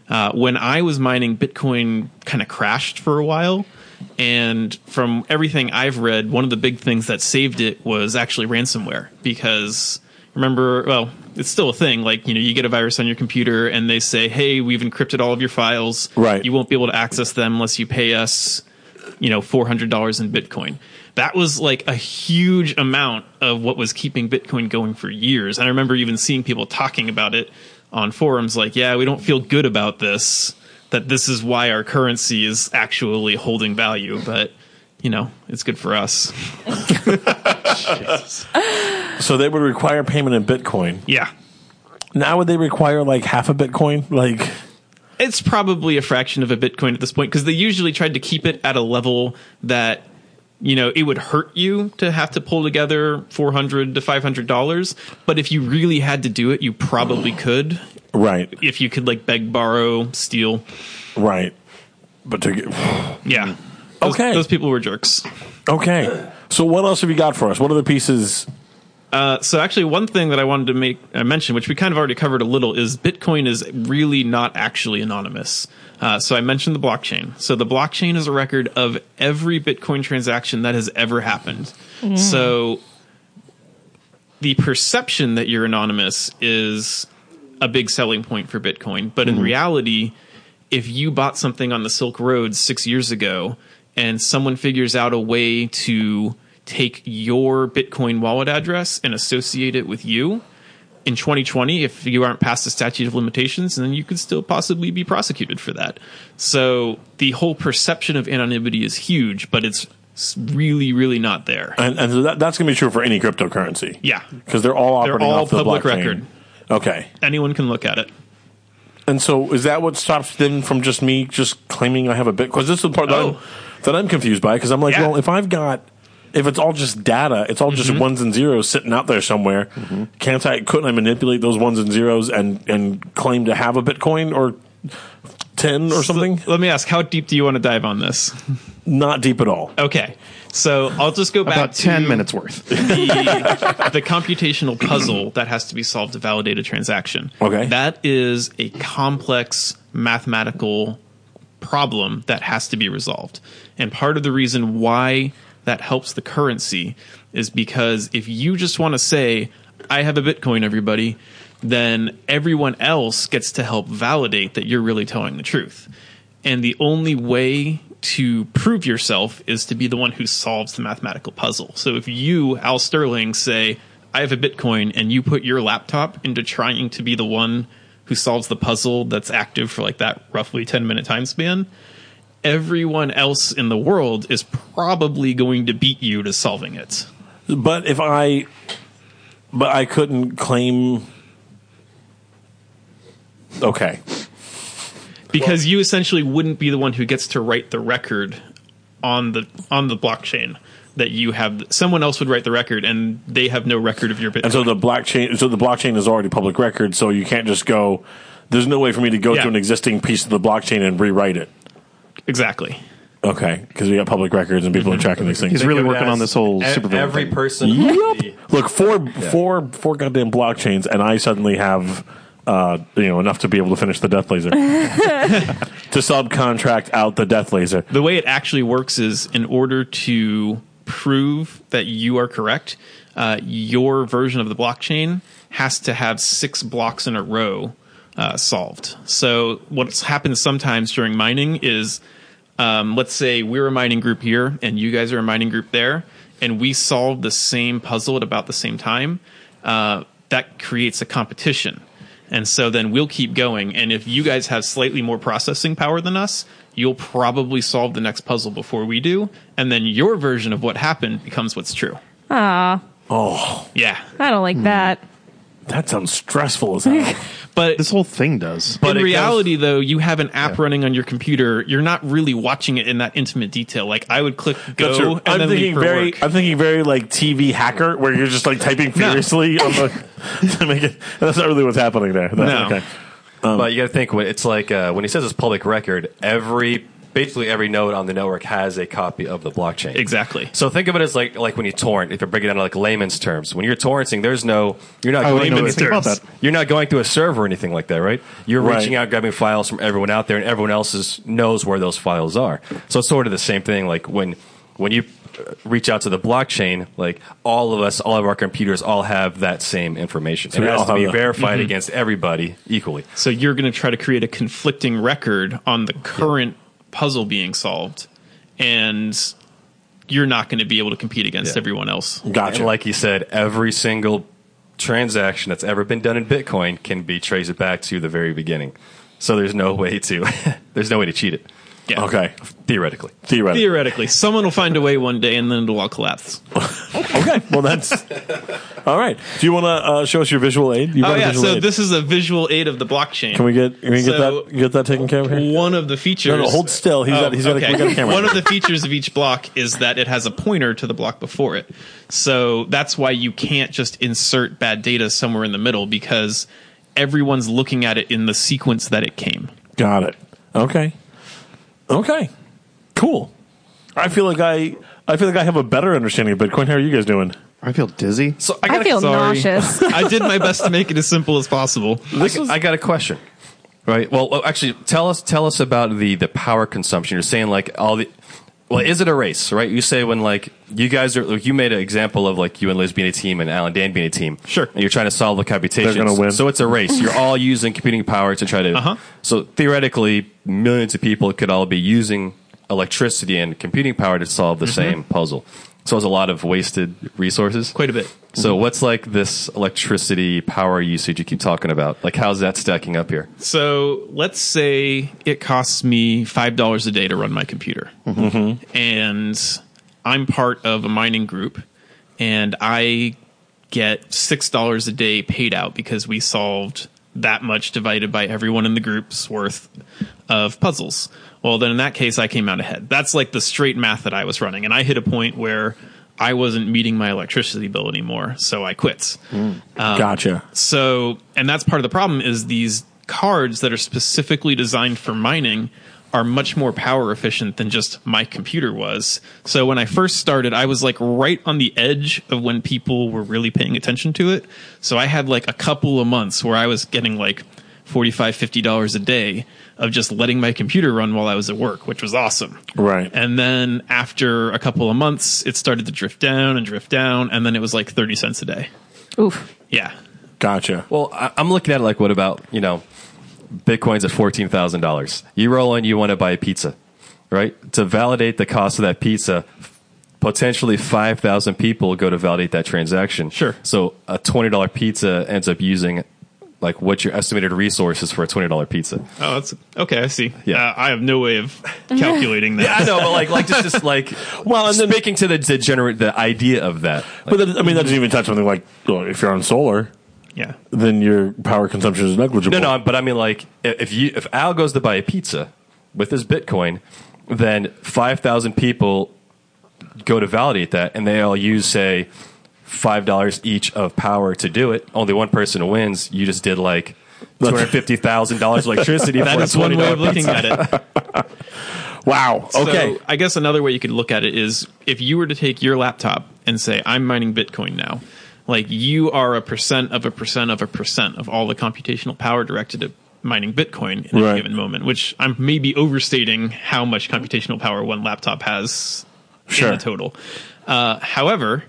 Uh, when I was mining, Bitcoin kind of crashed for a while. And from everything I've read, one of the big things that saved it was actually ransomware because remember, well, it's still a thing. Like, you know, you get a virus on your computer and they say, hey, we've encrypted all of your files. Right. You won't be able to access them unless you pay us, you know, $400 in Bitcoin. That was like a huge amount of what was keeping Bitcoin going for years. And I remember even seeing people talking about it on forums like, yeah, we don't feel good about this, that this is why our currency is actually holding value. But, you know, it's good for us. so they would require payment in bitcoin Yeah. now would they require like half a bitcoin like it's probably a fraction of a bitcoin at this point because they usually tried to keep it at a level that you know it would hurt you to have to pull together 400 to 500 dollars but if you really had to do it you probably could right if you could like beg borrow steal right but to get [sighs] yeah Those- Okay. those people were jerks okay so what else have you got for us what are the pieces Uh, so actually one thing that i wanted to make uh, mention which we kind of already covered a little is bitcoin is really not actually anonymous uh, so i mentioned the blockchain so the blockchain is a record of every bitcoin transaction that has ever happened so the perception that you're anonymous is a big selling point for bitcoin but in reality if you bought something on the silk road six years ago and someone figures out a way to take your bitcoin wallet address and associate it with you in 2020 if you aren't past the statute of limitations then you could still possibly be prosecuted for that so the whole perception of anonymity is huge but it's s- really really not there and, and so that, that's going to be true for any cryptocurrency yeah because they're all They're operating all off the public blockchain. record. Okay, anyone can look at it and so is that what stops them from just me just claiming I have a Bitcoin? Because this is the part that, Oh. I'm, that I'm confused by. Because I'm like, Yeah. Mm-hmm. well, if I've got if it's all just data, it's all just ones and zeros sitting out there somewhere. Can't I? Couldn't I manipulate those ones and zeros and and claim to have a Bitcoin or ten or something? let me ask how deep do you want to dive on this Not deep at all. okay so i'll just go back About to ten minutes worth. [laughs] the, the computational puzzle that has to be solved to validate a transaction. Okay. That is a complex mathematical problem that has to be resolved. And part of the reason why that helps the currency is because if you just want to say, I have a Bitcoin, everybody, then everyone else gets to help validate that you're really telling the truth. And the only way to prove yourself is to be the one who solves the mathematical puzzle. So if you, Al Sterling, say, I have a Bitcoin, and you put your laptop into trying to be the one who solves the puzzle that's active for like that roughly 10 minute time span, everyone else in the world is probably going to beat you to solving it. But if I, but I couldn't claim. Okay. Because you essentially wouldn't be the one who gets to write the record on the on the blockchain that you have someone else would write the record and they have no record of your Bitcoin. And so the blockchain, so the blockchain is already public record. So you can't just go. There's no way for me to go Yeah. to an existing piece of the blockchain and rewrite it. exactly. Okay, because we got public records and people are tracking these things. He's really Think of it working as on this whole e- Super Bowl Every thing. person. Look, four, four, four goddamn blockchains, and I suddenly have, uh, you know, enough to be able to finish the Death Laser to subcontract out the Death Laser. the way it actually works is in order to prove that you are correct, uh, your version of the blockchain has to have six blocks in a row uh, solved. So what happens sometimes during mining is, um, let's say we're a mining group here and you guys are a mining group there, and we solve the same puzzle at about the same time. Uh, that creates a competition, and so then we'll keep going. And if you guys have slightly more processing power than us, you'll probably solve the next puzzle before we do, and then your version of what happened becomes what's true. Oh, Yeah, I don't like that. that sounds stressful as hell. but This whole thing does. But in it goes- reality, though, you have an app running on your computer. You're not really watching it in that intimate detail. Like I would click That's true. go and I'm then leave thinking for very. work. I'm thinking very like TV hacker, where you're just like typing furiously on [laughs] the [laughs] to make it. That's not really what's happening there. That's- No. okay. Um, but you got to think when it's like uh, when he says it's public record, every basically every node on the network has a copy of the blockchain. Exactly. So think of it as like like when you torrent. If you break it down to like layman's terms, when you're torrenting, there's no you're not I going didn't know to anything about that. You're not going through a server or anything like that, right? You're Right. reaching out, grabbing files from everyone out there, and everyone else's knows where those files are. So it's sort of the same thing. Like when when you uh, reach out to the blockchain, like all of us, all of our computers, all have that same information. and we it has all to have be the- Mm-hmm. verified against everybody equally. So you're going to try to create a conflicting record on the current puzzle being solved, and you're not going to be able to compete against Yeah. everyone else. Gotcha. And like you said, every single transaction that's ever been done in Bitcoin can be traced back to the very beginning. So there's no way to [laughs] there's no way to cheat it Yeah. okay. theoretically. Theoretically. Theoretically, someone will find a way one day, and then it'll all collapse. okay. Well, [laughs] that's all right. Do you want to uh, show us your visual aid? You Oh brought a yeah. visual So aid. this is a visual aid of the blockchain. Can we get can we get So- Oh, that get that taken care of here? one of the features. No, no, hold still. He's got- he's got a- we got a [laughs] camera. One of the features of each block is that it has a pointer to the block before it. So that's why you can't just insert bad data somewhere in the middle because everyone's looking at it in the sequence that it came. Got it. Okay. Okay. Cool. I feel like I I feel like I have a better understanding of Bitcoin. How are you guys doing? I feel dizzy. So I feel nauseous. [laughs] I did my best to make it as simple as possible. I, I got a question. Right. Well, well, actually, tell us tell us about the the power consumption. You're saying like all the. Well, is it a race, right? You say when like you guys are, like, you made an example of like you and Liz being a team and Alan Dan being a team. Sure. And you're trying to solve the computation. They're gonna win. So it's a race. You're all using computing power to try to. Uh-huh. So theoretically, millions of people could all be using electricity and computing power to solve the same puzzle. So it's a lot of wasted resources. Mm-hmm. Quite a bit. So what's like this electricity power usage you keep talking about? Like how's that stacking up here? So let's say it costs me five dollars a day to run my computer, and I'm part of a mining group, and I get six dollars a day paid out because we solved that much divided by everyone in the group's worth of puzzles. Well, then in that case, I came out ahead. That's like the straight math that I was running, and I hit a point where I wasn't meeting my electricity bill anymore, so I quit. Um, gotcha. So, and that's part of the problem is these cards that are specifically designed for mining are much more power efficient than just my computer was. So when I first started, I was like right on the edge of when people were really paying attention to it. So I had like a couple of months where I was getting like 45 50 dollars a day of just letting my computer run while I was at work, which was awesome. Right. And then after a couple of months, it started to drift down and drift down and then it was like 30 cents a day. Oof. Yeah. Gotcha. Well, I, I'm looking at it like what about, you know, Bitcoin's at fourteen thousand dollars. You roll in, you want to buy a pizza, right? To validate the cost of that pizza, potentially five thousand people go to validate that transaction. Sure. So a twenty dollar pizza ends up using like what your estimated resources for a twenty dollar pizza. Oh, that's okay. I see. Yeah. Uh, I have no way of calculating that. I know, but like like just, just like [laughs] well, and then speaking to the degenerate the idea of that. But that, I mean, that doesn't even touch something like well, if you're on solar, Yeah. then your power consumption is negligible. No, no, but I mean, like, i- if you if Al goes to buy a pizza with his Bitcoin, then five thousand people go to validate that, and they all use say five dollars each of power to do it. Only one person wins. You just did like two hundred fifty thousand [laughs] dollars electricity. That for is a one way $20 of looking at [laughs] it. Wow. Okay. So I guess another way you could look at it is if you were to take your laptop and say, I'm mining Bitcoin now, like you are a percent of a percent of a percent of all the computational power directed at mining Bitcoin in a Right. given moment, which I'm maybe overstating how much computational power one laptop has Sure. in the total. Uh, however,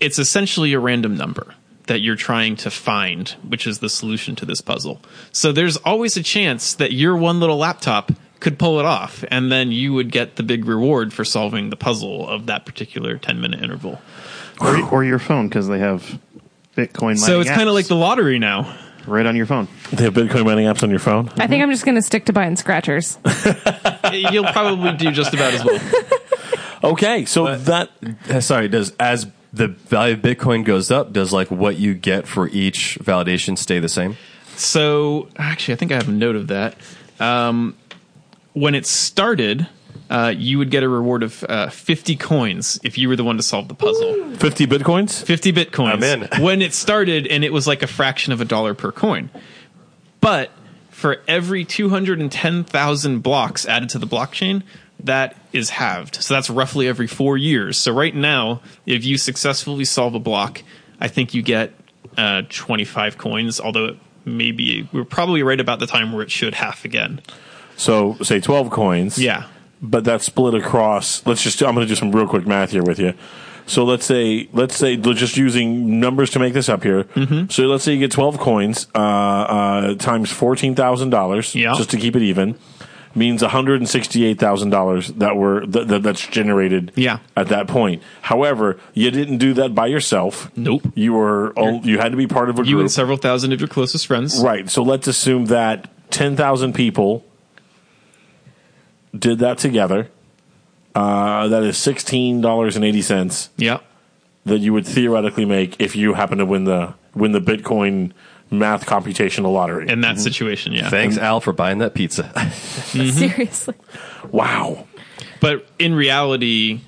it's essentially a random number. that you're trying to find, which is the solution to this puzzle. So there's always a chance that your one little laptop could pull it off, and then you would get the big reward for solving the puzzle of that particular 10 minute interval. or, or your phone because they have Bitcoin. So mining it's kind apps of like the lottery now. right on your phone. They have Bitcoin mining apps on your phone. I think I'm just going to stick to buying [laughs] scratchers. You'll probably do just about as well. Okay, so that Uh, Sorry, does as the value of Bitcoin goes up, does like what you get for each validation stay the same? So actually, I think I have a note of that. Um, when it started, uh, you would get a reward of uh, 50 coins if you were the one to solve the puzzle. fifty bitcoins. 50 I'm bitcoins. in. when it started, and it was like a fraction of a dollar per coin. But for every 210,000 blocks added to the blockchain, that is halved. So that's roughly every four years. So right now, if you successfully solve a block, I think you get uh, 25 coins, although it maybe we're probably right about the time where it should half again. So say twelve coins. Yeah. but that's split across. Let's just. I'm going to do some real quick math here with you. So let's say let's say we're just using numbers to make this up here. Mm-hmm. So let's say you get 12 coins uh, uh, times fourteen thousand dollars, Yeah. just to keep it even, means one hundred and sixty-eight thousand dollars that were th- th- that's generated. Yeah. at that point. However, you didn't do that by yourself. Nope. You were all, you had to be part of a You group. and several thousand of your closest friends. Right. So let's assume that 10,000 people did that together. Uh, that is $16.80 Yeah. that you would theoretically make if you happen to win the win the Bitcoin math computational lottery. In that situation, yeah. Thanks, Al, for buying that pizza. [laughs] Mm-hmm. Seriously. wow. but in reality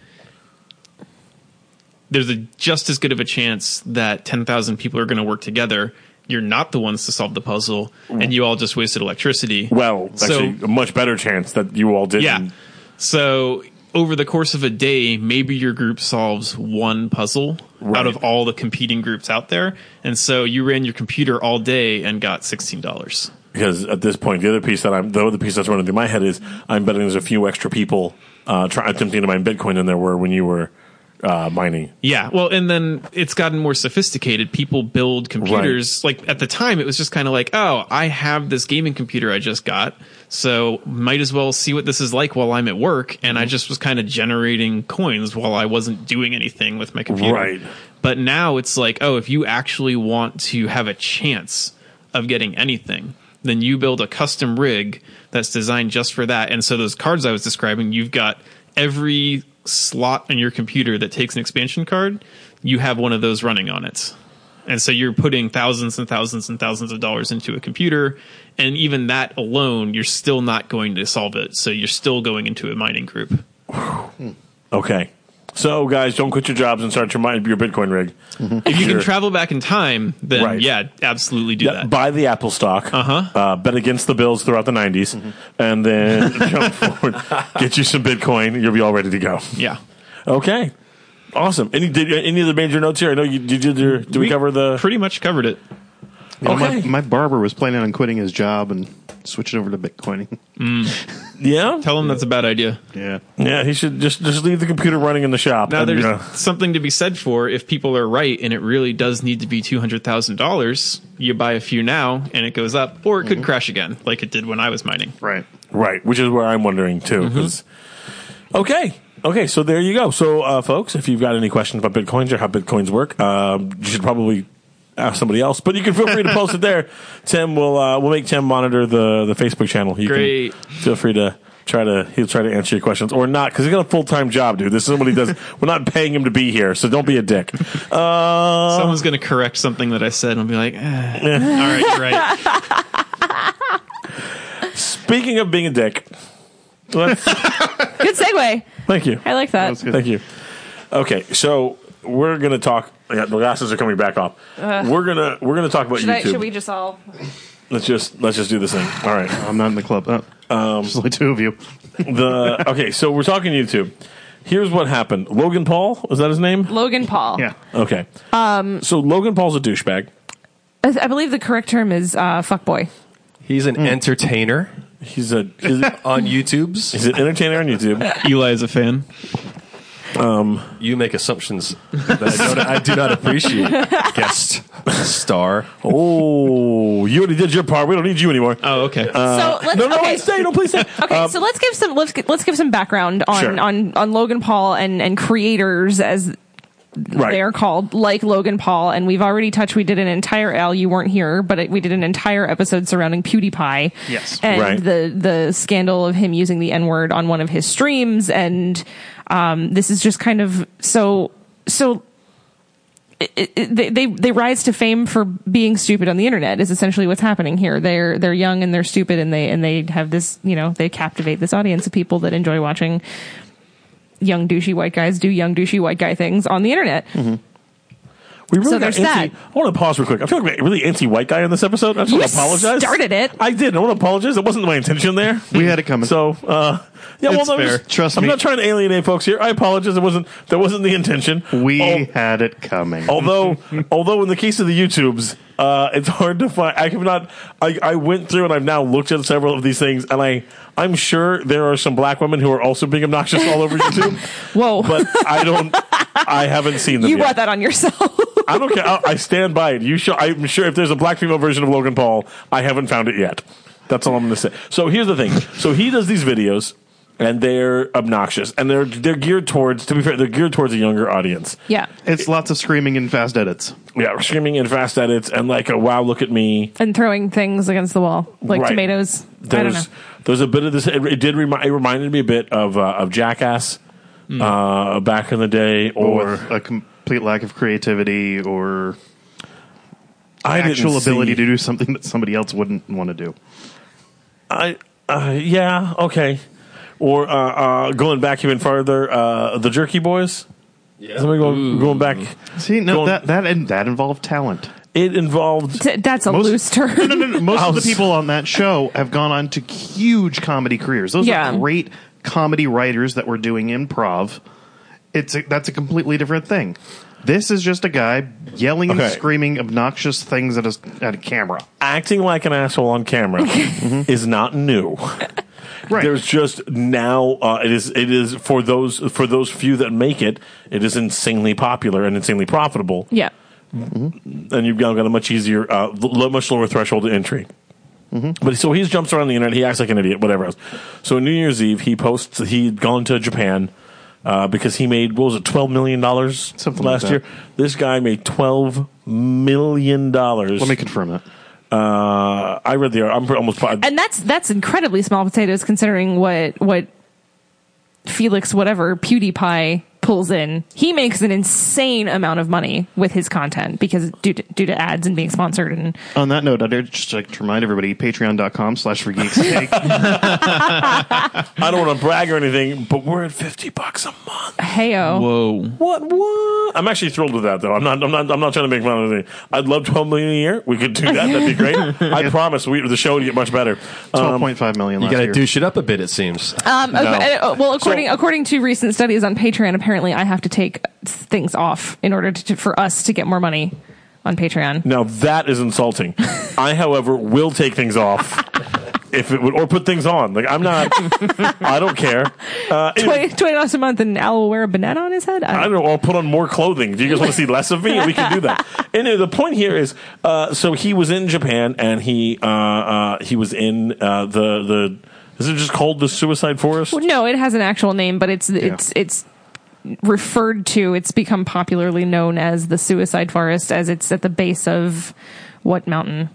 there's a just as good of a chance that 10,000 people are going to work together you're not the ones to solve the puzzle and you all just wasted electricity Well, So- actually, a much better chance that you all did. yeah so over the course of a day maybe your group solves one puzzle out of all the competing groups out there and so you ran your computer all day and got $16 because at this point, the other piece that I'm the other piece that's running through my head is I'm betting there's a few extra people uh, try, attempting to mine Bitcoin than there were when you were uh, mining. Yeah, well, and then it's gotten more sophisticated. People build computers. Like at the time, it was just kind of like, oh, I have this gaming computer I just got, so might as well see what this is like while I'm at work. And I just was kind of generating coins while I wasn't doing anything with my computer. Right. But now it's like, oh, if you actually want to have a chance of getting anything, then you build a custom rig that's designed just for that. And so those cards I was describing, you've got every slot on your computer that takes an expansion card, you have one of those running on it. And so you're putting thousands and thousands and thousands of dollars into a computer, and even that alone, you're still not going to solve it. So you're still going into a mining group. Okay. So, guys, don't quit your jobs and start your, mi- your Bitcoin rig. If you Sure. can travel back in time, then Right. yeah, absolutely do Yeah, that. Buy the Apple stock. Uh-huh. Mm-hmm. bet against the Bills throughout the 90s. And [laughs] then jump forward, get you some Bitcoin. You'll be all ready to go. yeah. Okay. Awesome. Any did, any of the major notes here? I know you, you did your. Did we, cover the. pretty much covered it. You know, Okay. my, my barber was planning on quitting his job and switching over to Bitcoining. yeah? Tell them that's a bad idea. Yeah. Yeah, he should just just leave the computer running in the shop. Now and, there's uh, something to be said for if people are right and it really does need to be two hundred thousand dollars. You buy a few now and it goes up, or it Mm-hmm. could crash again, like it did when I was mining. Right. Right, which is where I'm wondering too. 'cause- okay, okay, so there you go. So, uh, folks, if you've got any questions about bitcoins or how bitcoins work, um, you should probably ask somebody else. But you can feel free to post it there. Tim will uh, we'll make Tim monitor the the Facebook channel. You Great. Can feel free to. Try to he'll try to answer your questions or not because he's got a full time job, dude. This is what he does. We're not paying him to be here, so don't be a dick. Uh, Someone's going to correct something that I said and I'll be like, eh. all right, you're right. [laughs] speaking of being a dick, let's, Good segue. thank you. I like that. good. Thank you. Okay, so we're gonna talk. Yeah, the glasses are coming back off. we're gonna we're gonna talk about Uh. Should, YouTube. I, should we just all? Let's just let's just do this thing. All right. I'm not in the club. Oh, Um, There's only two of you. The okay, so we're talking YouTube. Here's what happened. Logan Paul is that his name? Logan Paul. Yeah. Okay. Um. So Logan Paul's a douchebag. I, I believe the correct term is uh, fuckboy. He's hmm. an entertainer He's a he's, on YouTube's. he's an entertainer on YouTube. Eli is a fan. you make assumptions that I, don't, [laughs] I do not appreciate. Guest star. Oh, you already did your part. We don't need you anymore. Oh, okay. so let's Uh, no, no, okay. please stay. No, please stay. Okay, so let's give some let's gi- let's give some background on Sure. on on Logan Paul and and creators as Right. they are called, like Logan Paul. And we've already touched. We did an entire Al. You weren't here, but it, we did an entire episode surrounding PewDiePie. Yes. and Right. the the scandal of him using the N word on one of his streams, and um, this is just kind of so so. It, it, they, they they rise to fame for being stupid on the internet is essentially what's happening here. They're they're young and they're stupid and they and they have this you know they captivate this audience of people that enjoy watching young douchey white guys do young douchey white guy things on the internet. Mm-hmm. We really So got there's anti- that. I want to pause real quick. I feel like a really anti-white guy in this episode. I just You want to apologize. started it. I did. I want to apologize. It wasn't my intention [laughs] there. We had it coming. So, uh, yeah, It's well, I'm fair. just- Trust I'm me. not trying to alienate folks here. I apologize. It wasn't. That wasn't the intention. we Al- had it coming. although, [laughs] although in the case of the YouTubes, uh, it's hard to find. I have not. I, I went through and I've now looked at several of these things, and I I'm sure there are some black women who are also being obnoxious all [laughs] over YouTube. Whoa. But I don't. I haven't seen them. You yet. brought that on yourself. I don't care. I, I stand by it. You show. I'm sure if there's a black female version of Logan Paul, I haven't found it yet. That's all I'm going to say. So here's the thing. So he does these videos, and they're obnoxious, and they're they're geared towards. To be fair, they're geared towards a younger audience. yeah, It's lots of screaming and fast edits. Yeah, screaming and fast edits, and like a wow, look at me. [laughs] and throwing things against the wall like Right. tomatoes. I don't know. There's there's a bit of this. It, it did remind. It reminded me a bit of uh, of Jackass. Hmm. Uh, back in the day, Or or with a complete lack of creativity or I didn't actual see- ability to do something that somebody else wouldn't want to do. I, uh, yeah, okay. Or uh, uh, going back even farther, uh, the Jerky Boys. Yeah. Going, going back, See, no, Going- that that and that involved talent. it involved. T- that's a Most- loose term. No, no, no. Most of the House. people on that show have gone on to huge comedy careers. Those Yeah. are great comedy writers that were doing improv. It's a, that's a completely different thing. This is just a guy yelling and Okay. screaming obnoxious things at a at a camera. Acting like an asshole on camera is not new. Right. There's just now uh, it is it is for those for those few that make it it is insanely popular and insanely profitable [laughs] yeah. and you've now got a much easier, uh, lo- much lower threshold to entry. Mm-hmm. But so he jumps around the internet. He acts like an idiot, whatever else. So New Year's Eve, he posts he'd gone to Japan uh, because he made what was it, twelve million dollars Something last like year. that. This guy made twelve million dollars. Let me confirm that. Uh, I read the. I'm almost. And that's that's incredibly small potatoes considering what what Felix whatever PewDiePie pulls in. He makes an insane amount of money with his content because due to, due to ads and being sponsored and On that note, I'd just like to remind everybody: Patreon.com slash for geeks. [laughs] Sake. I don't want to brag or anything, but we're at fifty bucks a month. heyo. Whoa. What? What? I'm actually thrilled with that, though. I'm not. I'm not. I'm not trying to make fun of anything. I'd love 12 million a year. We could do that. That'd be [laughs] great. I promise. We the show would get much better. Twelve point five million. You Last got to year. douche it up a bit, it seems. Um, okay, uh, well, according according to recent studies on Patreon, apparently I have to take things off in order to, to for us to get more money on Patreon. Now that is insulting. I, however, will take things [laughs] off if it would, or put things on. Like I'm not. I don't care. Uh, Twenty twenty dollars a month, and Al will wear a banana on his head. I don't I don't know. I'll put on more clothing. If you guys want to see less of me, we can do that. Anyway, the point here is, uh, so he was in Japan and he uh, uh, he was in uh, the the. Is it just called the Suicide Forest? No, it has an actual name, but it's it's it's referred to. It's become popularly known as the Suicide Forest, as it's at the base of what mountain?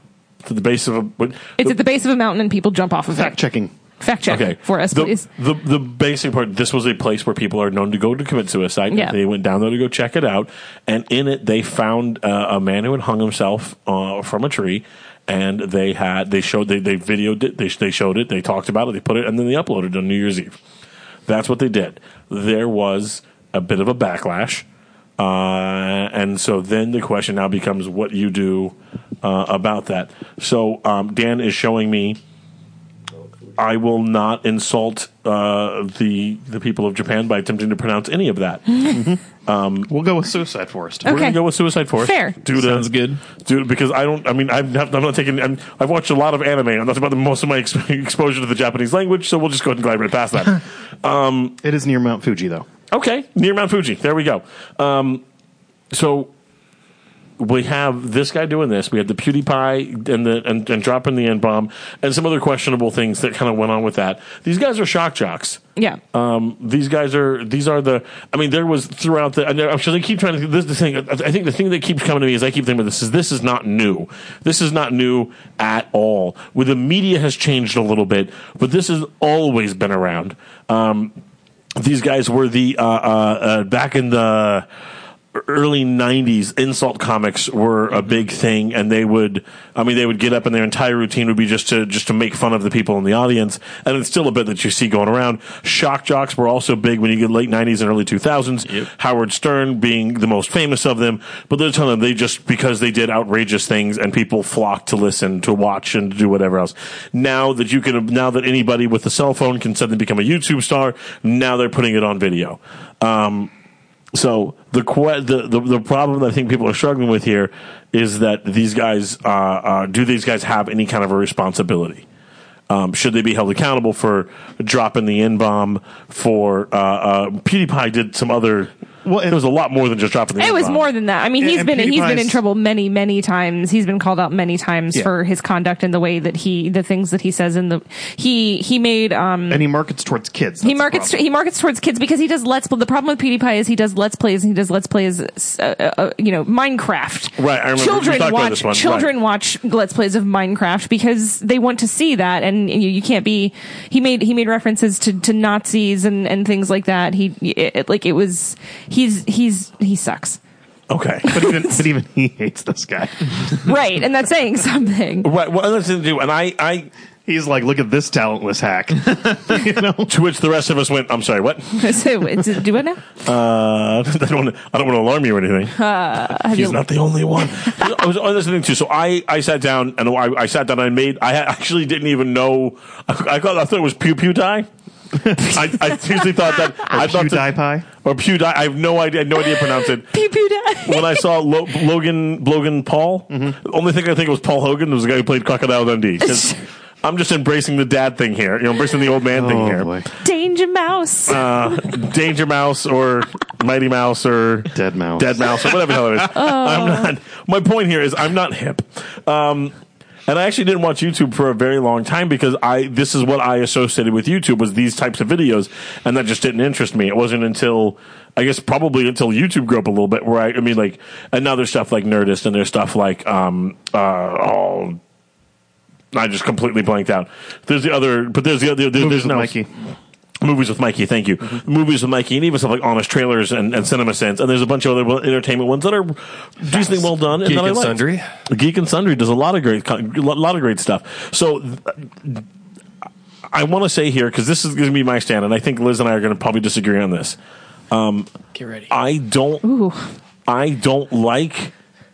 To the base of a. what- It's at the base of a mountain, and people jump off of fact it. checking. Fact check Okay. for us, the, please. The, the basic part this was a place where people are known to go to commit suicide. Yeah. They went down there to go check it out. And in it, they found uh, a man who had hung himself uh, from a tree. And they had, they showed, they, they videoed it, they, they showed it, they talked about it, they put it, and then they uploaded it on New Year's Eve. That's what they did. There was a bit of a backlash. Uh, and so then the question now becomes what you do uh, about that. So um, Dan is showing me I will not insult uh, the the people of Japan by attempting to pronounce any of that. We're We'll go with Suicide Forest. gonna Okay. go with Suicide Forest. Fair. Due to, Sounds good. Due, because I don't. I mean, I'm not, I'm not taking. I'm, I've watched a lot of anime. and that's about the most of my [laughs] [laughs] ex- exposure to the Japanese language. So we'll just go ahead and glide right past that. It is near Mount Fuji, though. Okay, near Mount Fuji. There we go. Um, so we have this guy doing this. We had the PewDiePie and the and, and dropping the N bomb and some other questionable things that kind of went on with that. These guys are shock jocks. Yeah. Oh Um, these guys are these are the. I mean, there was throughout the. And I'm sure they keep trying to. This is the thing. I I think the thing that keeps coming to me is I keep thinking about this is this is not new. This is not new at all. Well, the media has changed a little bit, but this has always been around. Um, these guys were the uh, uh, uh, back in the early 90s insult comics were a big thing and they would i mean they would get up and their entire routine would be just to just to make fun of the people in the audience and it's still a bit that you see going around shock jocks were also big when you get late 90s and early 2000s howard stern being the most famous of them but there's a ton of them they just because they did outrageous things and people flocked to listen to watch and to do whatever else now that you can now that anybody with a cell phone can suddenly become a youtube star now they're putting it on video um so the, que- the the the problem that I think people are struggling with here is that these guys uh, uh, do these guys have any kind of a responsibility? Um, should they be held accountable for dropping the n bomb? For uh, uh, PewDiePie did some other. Well, and- it was a lot more than just dropping the. It was N-bomb. more than that. I mean, And- he's and been he's been in PewDiePie's- trouble many many times. He's been called out many times Yeah. for his conduct and the way that he the things that he says in the he he made um and he markets towards kids. he That's the markets problem. he markets towards kids because he does let's play. The problem with PewDiePie is he does let's plays and he does let's plays uh, uh, uh, you know Minecraft. Right, I remember- we Children talked about watch this one, children watch let's plays of Minecraft because they want to see that and you, you can't be he made he made references to, to Nazis and, and things like that. He it, like it was he's he's he sucks. Okay. But even, but even he hates this guy. right and that's saying [laughs] something Right. Well, that's to do, and I, I, He's like, look at this talentless hack. [laughs] you know, to which the rest of us went. I'm sorry. What? so it's, do what now Uh, [laughs] I don't want to. I don't want to alarm you or anything. have He's you- not the only one. I was on this thing too. So I, I sat down and I, I sat down and I made, I ha- actually didn't even know. I, I, thought, I thought it was Pew Pew Die. I, I seriously thought that. I thought Pew that- Die Pie. Or Pew Die. I have no idea, I had no idea to pronounce it. pew pew die When I saw Lo- Logan, Logan Paul, the only thing I think was Paul Hogan was the guy who played Crocodile Dundee. 'Cause I'm just embracing the dad thing here, you know, embracing the old man Oh, thing here. [laughs] danger mouse Uh, Danger Mouse or Mighty Mouse or Dead mouse. Dead Mouse, or whatever the hell it is. I'm not. My point here is I'm not hip. Um, and I actually didn't watch YouTube for a very long time because I this is what I associated with YouTube was these types of videos, and that just didn't interest me. It wasn't until I guess probably until YouTube grew up a little bit where I, I mean like and now there's stuff like Nerdist and there's stuff like um uh oh I just completely blanked out. There's the other, but there's the other. There's, Movies there's with now Mikey. Movies with Mikey, thank you. Mm-hmm. Movies with Mikey, and even stuff like Honest Trailers and, and Cinema Sense, and there's a bunch of other well- entertainment ones that are decently well done. Geek that I and like. Sundry. Geek and Sundry does a lot of great, con- a lot of great stuff. So th- I want to say here because this is going to be my stand, and I think Liz and I are going to probably disagree on this. Um, Get ready. I don't. I don't like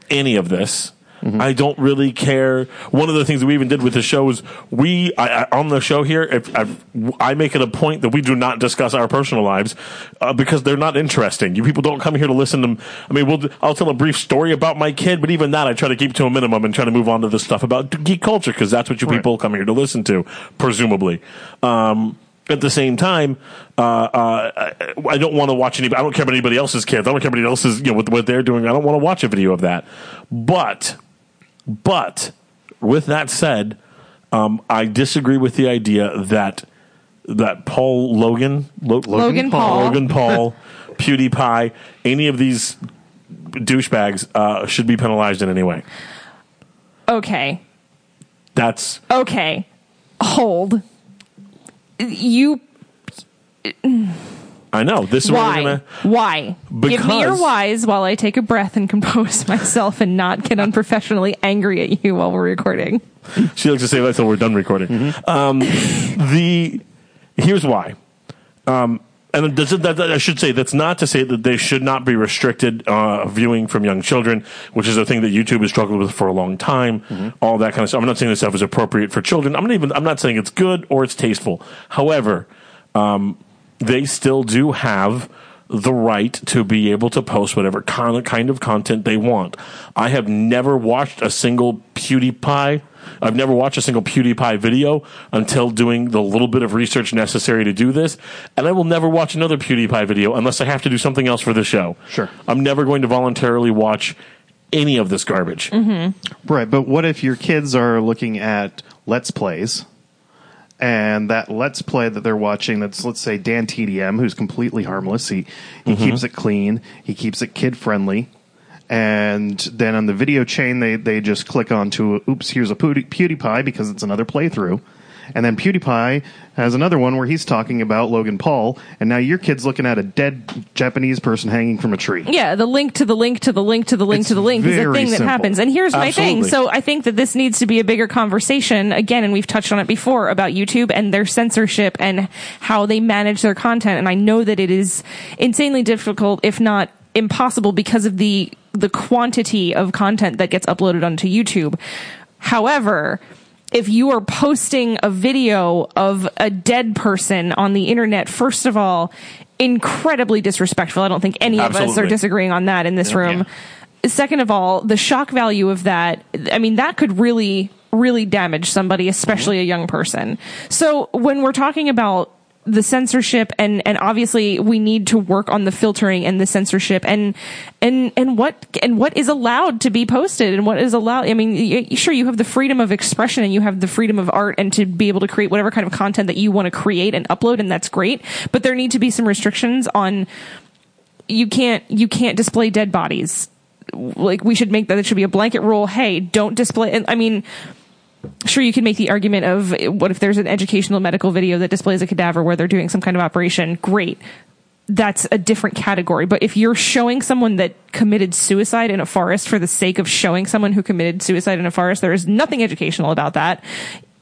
any of this. I don't really care. One of the things that we even did with the show is we I, I, on the show here. If I've, I make it a point that we do not discuss our personal lives uh, because they're not interesting. You people don't come here to listen to. I mean, we'll I'll tell a brief story about my kid, but even that I try to keep to a minimum and try to move on to the stuff about geek culture because that's what you Right. people come here to listen to, presumably. Um, at the same time, uh, uh, I- I don't want to watch any. I don't care about anybody else's kids. I don't care about anybody else's, you know, what, what they're doing. I don't want to watch a video of that. But, but with that said, um, I disagree with the idea that that Paul Logan, Lo- Logan Paul. Logan [laughs] Paul, PewDiePie, any of these douchebags uh, should be penalized in any way. okay That's okay hold you I know this is what we're why gonna. why give me your Because- whys while i take a breath and [laughs] compose myself and not get unprofessionally angry at you while we're recording She likes to say that until we're done recording. Um, the here's why, um, and it doesn't- that, that- I should say that's not to say that they should not be restricted uh, viewing from young children, which is a thing that YouTube has struggled with for a long time. All that kind of stuff. I'm not saying this stuff is appropriate for children. I'm not even. I'm not saying it's good or it's tasteful. However, um, they still do have the right to be able to post whatever con- kind of content they want. I have never watched a single PewDiePie I've never watched a single PewDiePie video until doing the little bit of research necessary to do this, and I will never watch another PewDiePie video unless I have to do something else for the show. Sure. I'm never going to voluntarily watch any of this garbage. Mm-hmm. Right, but what if your kids are looking at Let's Plays and that Let's Play that they're watching that's, let's say, Dan TDM, who's completely harmless. He, he keeps it clean, he keeps it kid friendly. And then on the video chain, they, they just click onto, oops, here's a Pewdie- PewDiePie because it's another playthrough. And then PewDiePie has another one where he's talking about Logan Paul, and now your kid's looking at a dead Japanese person hanging from a tree. Yeah, the link to the link to the link to the link It's to the link is a very thing that simple. happens. And here's my thing. Absolutely. So I think that this needs to be a bigger conversation again, and we've touched on it before about YouTube and their censorship and how they manage their content. And I know that it is insanely difficult, if not impossible, because of the the quantity of content that gets uploaded onto YouTube. However, if you are posting a video of a dead person on the internet, first of all, incredibly disrespectful. I don't think any of us are Absolutely. disagreeing on that in this room. Yeah. Second of all, the shock value of that, I mean, that could really, really damage somebody, especially a young person. So when we're talking about the censorship and, and obviously we need to work on the filtering and the censorship and, and, and what, and what is allowed to be posted and what is allowed. I mean, y- sure, you have the freedom of expression and you have the freedom of art and to be able to create whatever kind of content that you want to create and upload. And that's great. But there need to be some restrictions on, you can't you can't display dead bodies like we should make that it should be a blanket rule hey don't display and i mean sure you can make the argument of eh, what if there's an educational medical video that displays a cadaver where they're doing some kind of operation great that's a different category but if you're showing someone that committed suicide in a forest for the sake of showing someone who committed suicide in a forest there is nothing educational about that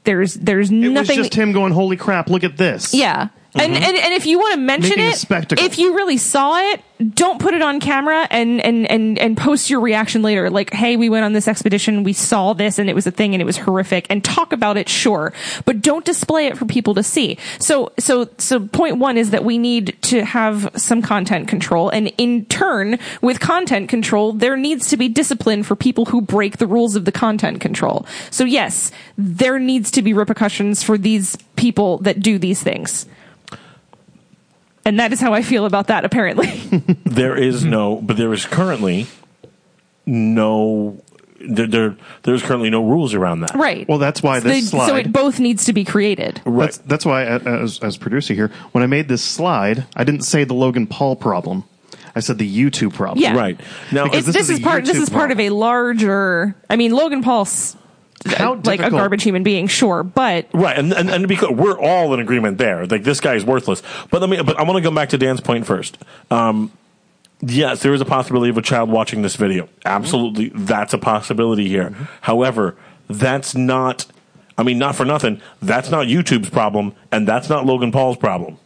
there's there's It nothing was just Mm-hmm. him going, holy crap, look at this. yeah. And, and and if you want to mention Making a it, spectacle. if you really saw it, don't put it on camera and, and, and, and post your reaction later. Like, hey, we went on this expedition, we saw this, and it was a thing, and it was horrific. And talk about it, sure, but don't display it for people to see. So so so point one is that we need to have some content control, and in turn, with content control, there needs to be discipline for people who break the rules of the content control. So yes, there needs to be repercussions for these people that do these things. And that is how I feel about that, apparently. There Mm-hmm. is no, but there is currently no. There, there, there's currently no rules around that. right. Well, that's why so this they- So slide- it both needs to be created. Right. That's that's why uh, as as producer here, when I made this slide, I didn't say the Logan Paul problem. I said the YouTube problem. Yeah. Right now, It's, Because this, this is, is a part. This YouTube is part of a larger. I mean, Logan Paul's How like a difficult- garbage human being, sure, but Right, and and, and to be clear, we're all in agreement there. Like this guy is worthless. But let me. But I want to go back to Dan's point first. Um, yes, there is a possibility of a child watching this video. Absolutely, that's a possibility here. However, that's not. I mean, not for nothing. That's not YouTube's problem, and that's not Logan Paul's problem.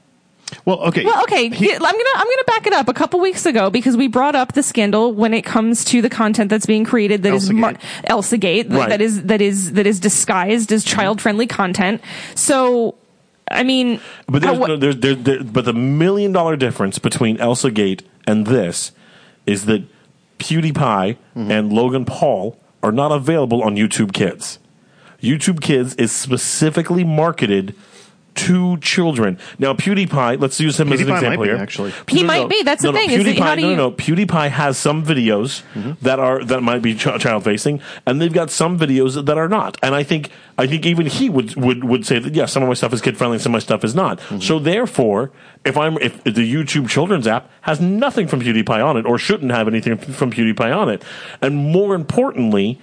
Well, okay. Well, okay, yeah, I'm gonna I'm gonna back it up a couple weeks ago because we brought up the scandal when it comes to the content that's being created that is Elsagate. mar- Elsagate th- Right. that is that is that is disguised as child friendly content. So, I mean, But there's, how- [laughs] no, there's, there, there, but the million dollar difference between Elsa Gate and this is that PewDiePie Mm-hmm. and Logan Paul are not available on YouTube Kids. YouTube Kids is specifically marketed to children. Now PewDiePie, let's use him as an PewDiePie might example be, here. actually. He might be, that's the thing, is PewDiePie, that how do no, no, you- no. PewDiePie has some videos that are that might be ch- child facing, and they've got some videos that are not. And I think I think even he would would would say that yeah, some of my stuff is kid friendly, some of my stuff is not. Mm-hmm. So therefore, if I'm if the YouTube Children's app has nothing from PewDiePie on it, or shouldn't have anything from PewDiePie on it, and more importantly,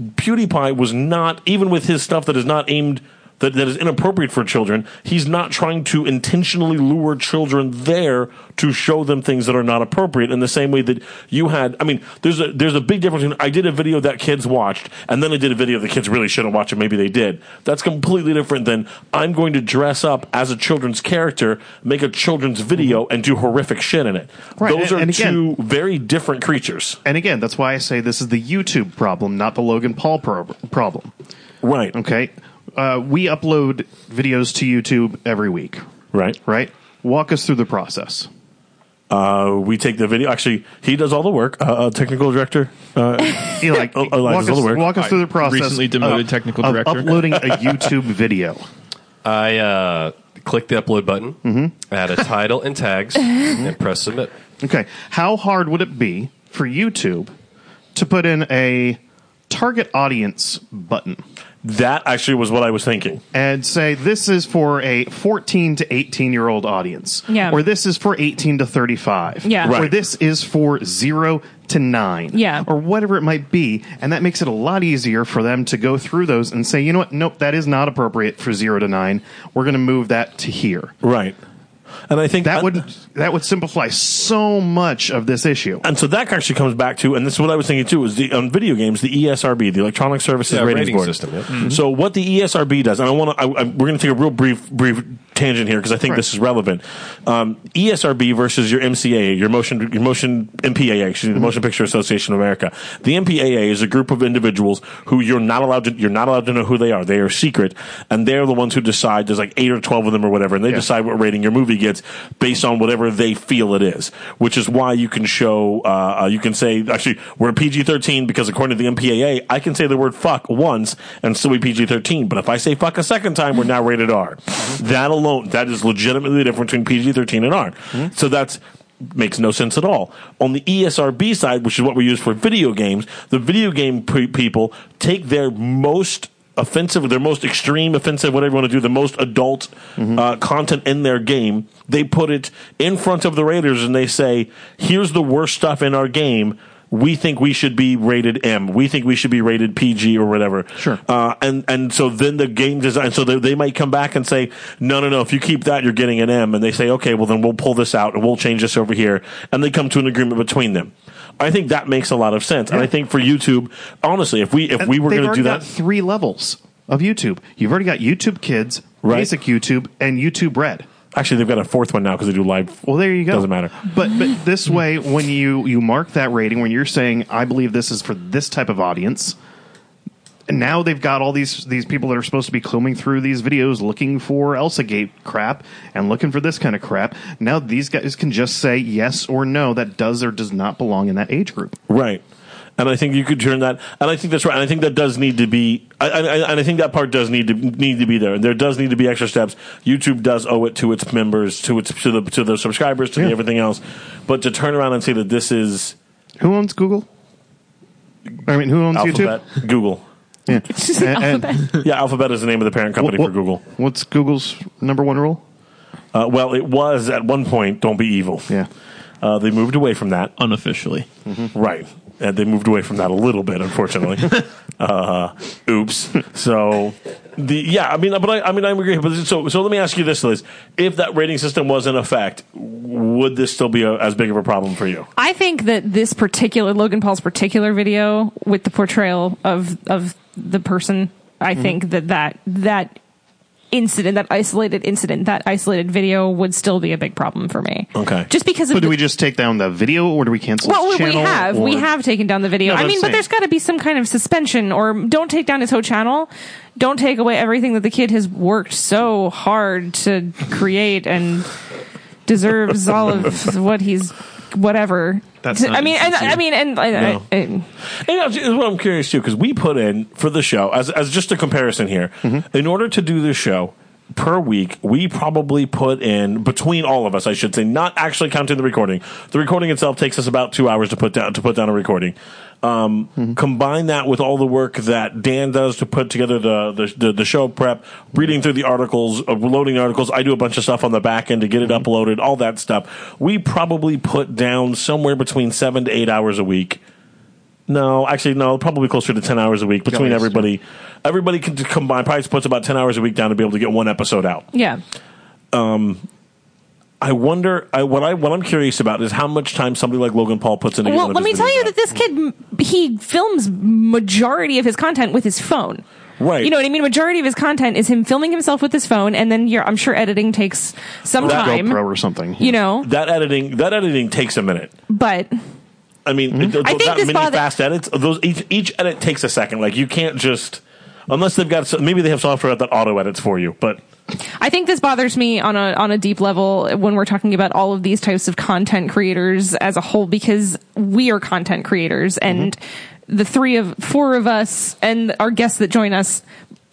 PewDiePie was not even with his stuff that is not aimed. That, that is inappropriate for children. He's not trying to intentionally lure children there to show them things that are not appropriate. In the same way that you had, I mean, there's a there's a big difference. Between, I did a video that kids watched, and then I did a video that kids really shouldn't watch, and maybe they did. That's completely different than I'm going to dress up as a children's character, make a children's video, and do horrific shit in it. Mm-hmm. Right, Those and- are and again- two very different creatures. and again, that's why I say this is the YouTube problem, not the Logan Paul pro- problem. Right. Okay. Uh, we upload videos to YouTube every week, Right. right? Walk us through the process. Uh, we take the video. Actually, he does all the work. Uh, uh, technical director. Uh, You know, like, Oh, oh, walk, that's us, all the work. walk us through the process. Recently demoted of- technical of director. uploading a YouTube video. I uh, click the upload button, add a title and tags, and press submit. Okay, how hard would it be for YouTube to put in a target audience button that actually was what I was thinking. and say this is for a 14 to 18 year old audience, Yeah. or this is for 18 to 35, Yeah. or Right. this is for zero to nine, Yeah. or whatever it might be, and that makes it a lot easier for them to go through those and say, you know what, nope, that is not appropriate for zero to nine. We're going to move that to here. Right. And I think That would that would simplify so much of this issue. And so that actually comes back to, and this is what I was thinking too, is the on video games, the E ESRB, the Electronic Services Yeah, Ratings rating Board system, yep. Mm-hmm. So what the E ESRB does, and I want to, I, I, we're going to take a real brief, brief tangent here because I think Right. this is relevant. Um, ESRB versus your MCA, your motion, your motion MPAA, excuse Mm-hmm. me, the Motion Picture Association of America. The MPAA is a group of individuals who you're not allowed to, you're not allowed to know who they are. They are secret, and they're the ones who decide. There's like eight or twelve of them or whatever, and they Yeah. decide decide what rating your movie gets based on whatever they feel it is, which is why you can show, uh, uh, you can say, actually, we're PG 13 because according to the MPAA, I can say the word fuck once and still be PG 13. But if I say fuck a second time, we're now rated R. That alone, that is legitimately the difference between PG 13 and R. So that's, makes no sense at all. On the E ESRB side, which is what we use for video games, the video game pe- people take their most offensive, their most extreme offensive, whatever you want to do, the most adult Mm-hmm. uh, content in their game. They put it in front of the Raiders and they say, here's the worst stuff in our game. We think we should be rated M. We think we should be rated PG or whatever. Sure. Uh, and and so then the game design. So they, they might come back and say, no, no, no. If you keep that, you're getting an M. And they say, okay, well then we'll pull this out and we'll change this over here. And they come to an agreement between them. I think that makes a lot of sense. And I think for YouTube, honestly, if we if we were going They've to already do that, got three levels of YouTube. You've already got YouTube Kids, Right. Basic YouTube, and YouTube Red. Actually, they've got a fourth one now because they do live. Well, there you go. Doesn't matter. But but this way, when you you mark that rating, when you're saying, "I believe this is for this type of audience," and now they've got all these these people that are supposed to be combing through these videos looking for Elsa Gate crap and looking for this kind of crap. Now these guys can just say yes or no. That does or does not belong in that age group. Right. And I think you could turn that. And I think that's right. And I think that does need to be. I, I, I- and I think that part does need to need to be there. And there does need to be extra steps. YouTube does owe it to its members, to its to the to the subscribers, to the Yeah. everything else. But to turn around and say that this is Who owns Google? I mean, who owns Alphabet, [laughs] Google. YouTube? And- and- Yeah, Alphabet is the name of the parent company What- for Google. What's Google's number one rule? Uh, well, it was at one point. Don't be evil. Yeah. Uh, they moved away from that. unofficially. Right. And they moved away from that a little bit, unfortunately. uh, oops. So the yeah, I mean, but I, I mean, I agree. But so so let me ask you this, Liz: If that rating system was in effect, would this still be a, as big of a problem for you? I think that this particular Logan Paul's particular video with the portrayal of of the person, I think that that that incident, that isolated incident, that isolated video would still be a big problem for me. Okay. just because of But do the- we just take down the video, or do we cancel? well, his we- we channel, have we or- have taken down the video. No, but I I'm mean, but saying- there's got to be some kind of suspension, or don't take down his whole channel. Don't take away everything that the kid has worked so hard to create and deserves all of what he's whatever. That's To- not I mean, and, insincere. I mean, and, I- I- No. and- And that's that's what I'm curious too, because we put in for the show as as just a comparison here. In order to do this show per week, we probably put in between all of us, I should say, not actually counting the recording. The recording itself takes us about two hours to put down to put down a recording. Um, Combine that with all the work that Dan does to put together the the, the, the show prep, reading through the articles, uh, loading the articles. I do a bunch of stuff on the back end to get it uploaded, all that stuff. We probably put down somewhere between seven to eight hours a week. No, actually, no. Probably closer to ten hours a week between Yeah, it's- everybody. Everybody can t- combine. Probably puts about ten hours a week down to be able to get one episode out. yeah. I wonder. I, what I what I'm curious about is how much time somebody like Logan Paul puts into. Well, let me tell you that this kid he films majority of his content with his phone. Right. You know what I mean? Majority of his content is him filming himself with his phone, and then you're, I'm sure editing takes some or time. GoPro or something. You know, that editing that editing takes a minute. but I mean, th- th- Mm-hmm. I think that this many bother- fast edits. Those each, each edit takes a second. Like you can't just. Unless they've got so- maybe they have software that auto edits for you, but I think this bothers me on a on a deep level when we're talking about all of these types of content creators as a whole because we are content creators and the three of four of us and our guests that join us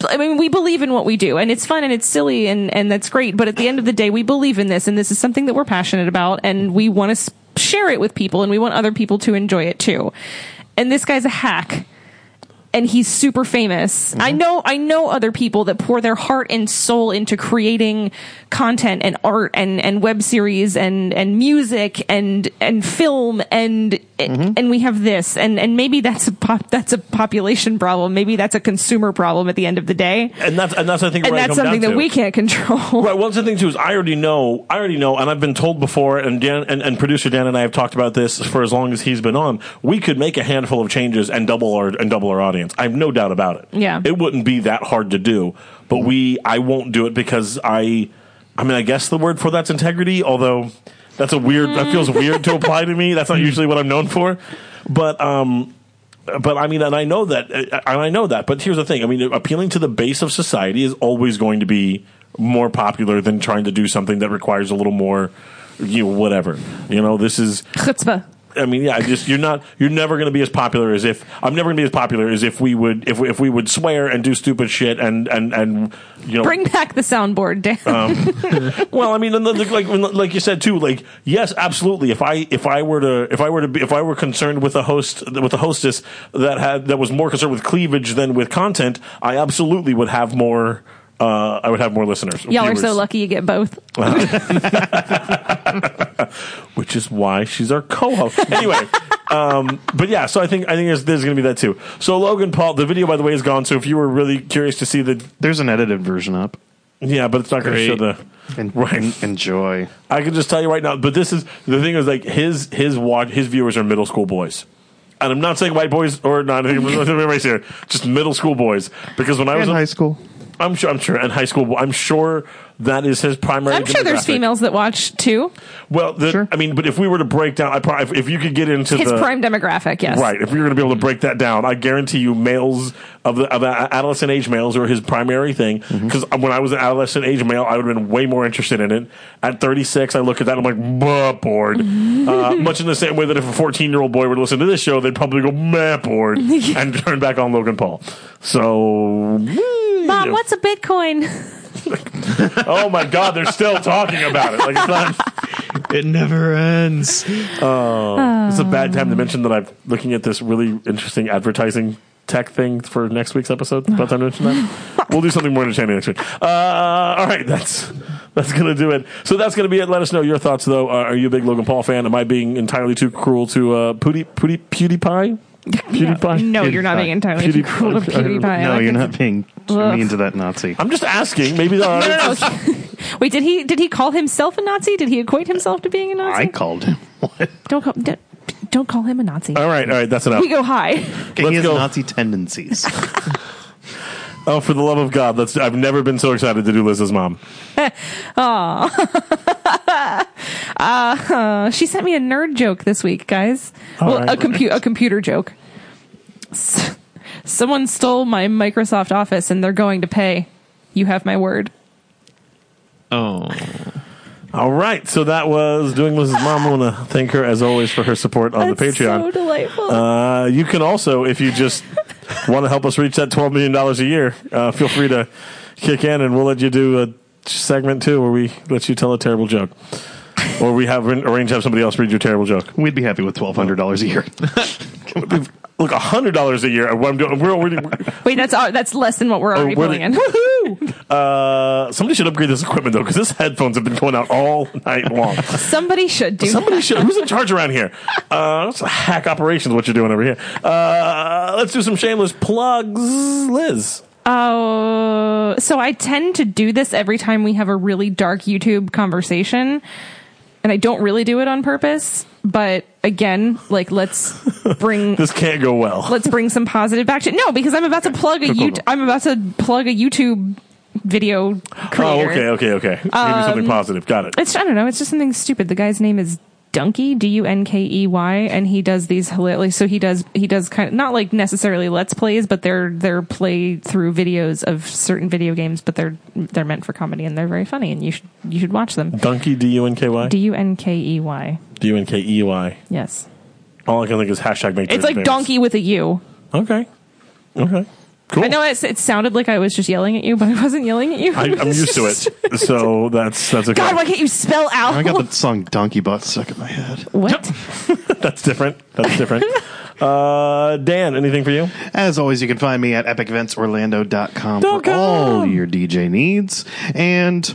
I mean we believe in what we do and it's fun and it's silly and and that's great but at the end of the day we believe in this and this is something that we're passionate about and we want to share it with people and we want other people to enjoy it too. And this guy's a hack and he's super famous. Mm-hmm. I know I know other people that pour their heart and soul into creating content and art and and web series and and music and and film and Mm-hmm. and we have this and and maybe that's a pop, that's a population problem. Maybe that's a consumer problem at the end of the day. and that's and that's I think And where I that's come down something that to. we [laughs] can't control. Right. Well, that's the thing too is I already know. I already know, and I've been told before. And Dan and, and producer Dan and I have talked about this for as long as he's been on. We could make a handful of changes and double our and double our audience. I have no doubt about it. Yeah. It wouldn't be that hard to do, but we. I won't do it because I. I mean, I guess the word for that's integrity. Although that's a weird. That feels weird to apply to me. That's not usually what I'm known for. But um, but I mean, and I know that, and I know that. But here's the thing: I mean, appealing to the base of society is always going to be more popular than trying to do something that requires a little more, you know, whatever. You know, this is. Chutzpah. I mean, yeah, I just you're not you're never going to be as popular as if I'm never going to be as popular as if we would if we, if we would swear and do stupid shit and and and you know Bring back the soundboard, Dan. Uh, well, I mean, and the- the- like like you said too, like yes, absolutely. If I if I were to if I were to be, if I were concerned with a host with a hostess that had that was more concerned with cleavage than with content, I absolutely would have more. Uh, I would have more listeners. [laughs] Y'all are viewers. so lucky you get both. which is why she's our co-host. [laughs] Anyway, um, but yeah, so I think I think there's, there's going to be that too. So Logan Paul, the video by the way is gone. So if you were really curious to see the, There's an edited version up. yeah, but it's not going to Great. show the. And, Right. en- enjoy. I can just tell you right now, but this is the thing is like his his watch his viewers are middle school boys. And I'm not saying white boys or not [laughs] anybody here, just middle school boys. Because when I was, In high school. I'm sure, I'm sure, in high school, I'm sure that is his primary. I'm sure there's demographic. females that watch too. Well, the, Sure. I mean, but if we were to break down, I probably, if you could get into His the prime demographic, yes. Right. If we were going to be able to break that down, I guarantee you, males of the of a- adolescent age males are his primary thing. Mm-hmm. Because when I was an adolescent age male, I would have been way more interested in it. At 36, I look at that, I'm like, bah, bored. Mm-hmm. uh, much in the same way that if a 14 year old boy were to listen to this show, they'd probably go, meh, [laughs] bored, and turn back on Logan Paul. So, Mom, what's a Bitcoin? oh my God, they're still talking about it. Like it's not. It never ends. It's a Um, bad time to mention that I'm looking at this really interesting advertising tech thing for next week's episode. Bad time to mention [laughs] that. We'll do something more entertaining next week. Uh, all right, that's that's gonna do it. So that's gonna be it. Let us know your thoughts, though. Uh, are you a big Logan Paul fan? Am I being entirely too cruel to uh, Pootie Pootie PewDiePie? PewDiePie. [laughs] No, you're not being entirely too PewDiePie. [laughs] cruel to PewDiePie. no, Like, you're not being Ugh. mean to that Nazi. I'm just asking. Maybe there are. [laughs] No, no, no. [laughs] Wait, did he did he call himself a Nazi? Did he equate himself to being a Nazi? I called him. What? don't call don't, don't call him a Nazi. All right, all right, that's [laughs] enough. we go high. he has go. Nazi [laughs] tendencies. Oh, for the love of God, let's! I've never been so excited to do Liz's mom. Uh, she sent me a nerd joke this week, guys. All well, right. a compu- a computer joke. S- Someone stole my Microsoft Office, and they're going to pay. You have my word. Oh, All right, so that was doing Liz's mom. I want to thank her as always for her support on the That's Patreon. so delightful. Uh, you can also, if you just want to help us reach that twelve million dollars a year, uh, feel free to kick in, and we'll let you do a segment too, where we let you tell a terrible joke, or we have arrange to have somebody else read your terrible joke. We'd be happy with twelve hundred dollars a year. Look, hundred dollars a year. What I'm doing, we're already. Wait, that's uh, that's less than what we're already we're pulling in. [laughs] Uh, somebody should upgrade this equipment though, because this headphones have been going out all night long. Somebody should do. Somebody should. Who's in charge around here? Uh, that's a hack operations. What you're doing over here? Uh, let's do some shameless plugs, Liz. Oh, so I tend to do this every time we have a really dark YouTube conversation, and I don't really do it on purpose. But again, like let's bring This can't go well. let's bring some positive back to no, because I'm about to plug a Cool, cool, YouTube. cool. I'm about to plug a YouTube video creator. Um, Oh, okay, okay, okay. Maybe something positive. Got it. It's I don't know. It's just something stupid. The guy's name is Dunky, D U N K E Y, and he does these hilarious. So he does he does kind of not like necessarily let's plays, but they're they're play through videos of certain video games, but they're they're meant for comedy and they're very funny, and you should you should watch them. Donkey D U N K Y D U N K E Y. D U N K E Y. Yes, All I can think is hashtag make. it's like donkey with a U. Okay. Okay. Cool. I know it's, it sounded like I was just yelling at you, but I wasn't yelling at you. I, I'm used to it, so that's that's okay. [laughs] God, why can't you spell out? I [laughs] got the song Donkey Butt stuck in my head. [laughs] what? That's different. That's [laughs] different. uh, Dan, anything for you? As always, you can find me at epiceventsorlando.com Dot for com. all your DJ needs. And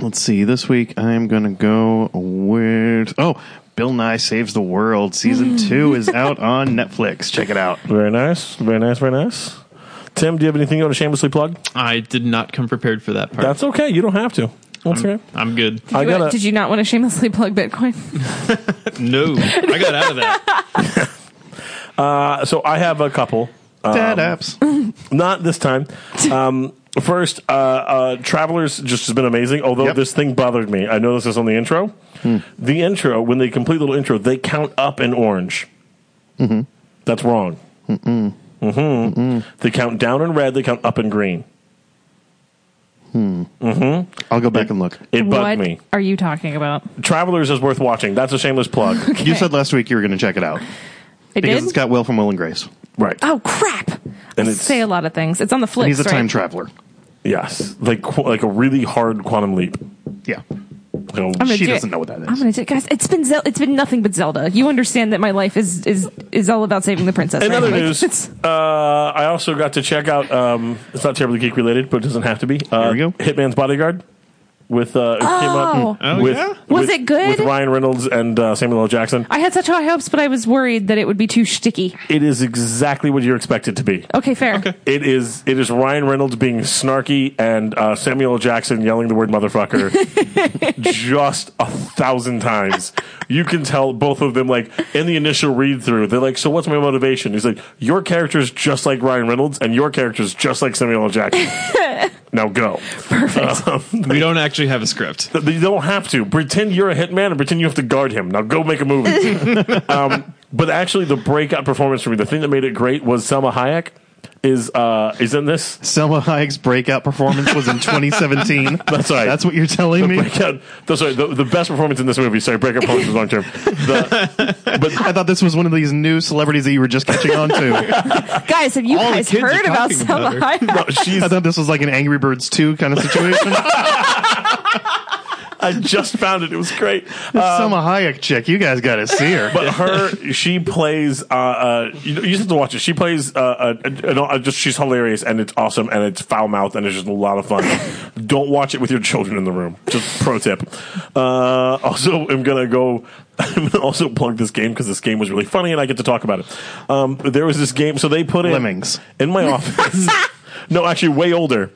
let's see, this week I'm going to go with. Oh, Bill Nye Saves the World season two is out on Netflix. Check it out. Very nice. Very nice. Very nice. Tim, do you have anything you want to shamelessly plug? I did not come prepared for that part. That's okay. You don't have to. That's okay. I'm good. I What- got Did a you not want to shamelessly plug Bitcoin? No, I got out of that. uh, so I have a couple. Dad apps. Not this [laughs] time. Um, first, uh, uh, Travelers just has been amazing. Although Yep. this thing bothered me, I noticed this on the intro. The intro, when they complete little intro, they count up in orange. That's wrong. Mm-mm. hmm They count down in red. They count up in green. I'll go back and look. It what bugged me. are you talking about? Travelers is worth watching. That's a shameless [laughs] plug. You said last week you were going to check it out I because did. it's got Will from Will and Grace. right. oh crap! And I it's- say a lot of things. It's on the flip. And he's a time right? traveler. Yes. Like qu- like a really hard quantum leap. Yeah. You know, gonna She do doesn't it. know what that I'm is. gonna do it, guys. It's been Zel- it's been nothing but Zelda. You understand that my life is is is all about saving the princess. In right? other Like, news, [laughs] it's- uh, I also got to check out. Um, it's not terribly geek related, but it doesn't have to be. Uh, There we go. Hitman's Bodyguard with uh, it Oh. came out Oh, with, yeah? Was with- it with good? Ryan Reynolds and uh, Samuel L. Jackson. I had such high hopes, but I was worried that it would be too shticky. It is exactly what you're expected to be. Okay, fair. It is it is Ryan Reynolds being snarky and uh, Samuel L. Jackson yelling the word motherfucker just a thousand times. You can tell both of them like in the initial read through. They're like, "So what's my motivation?" He's like, "Your character's just like Ryan Reynolds, and your character's just like Samuel L. Jackson." now go. Perfect. We don't actually have a script. Th- You don't have to pretend you're a hitman and pretend you have to guard him. Now go make a movie. um, but actually, the breakout performance for me, the thing that made it great was Selma Hayek. Is uh is in this Selma Hayek's breakout performance was in 2017. That's all right. That's what you're telling me. breakout. The, sorry, the, the best performance in this movie. Sorry, breakout performance was long term. The- I thought this was one of these new celebrities that you were just catching [laughs] on to. guys, have you All the guys kids are heard about talking about Selma her. Hayek? but she's. I thought this was like an Angry Birds 2 kind of [laughs] situation. Um, I just found it. It was great. Uh, Selma Hayek chick, you guys got to see her. but her, she plays. Uh, uh, you, you just have to watch it. She plays. Uh, uh, uh, uh, just she's hilarious and it's awesome and it's foul mouth and it's just a lot of fun. Don't watch it with your children in the room. Just pro tip. Uh, also, I'm gonna go. [laughs] I'm gonna also plug this game because this game was really funny and I get to talk about it. Um, there was this game, so they put in Lemmings. in my [laughs] office. no, actually, way older.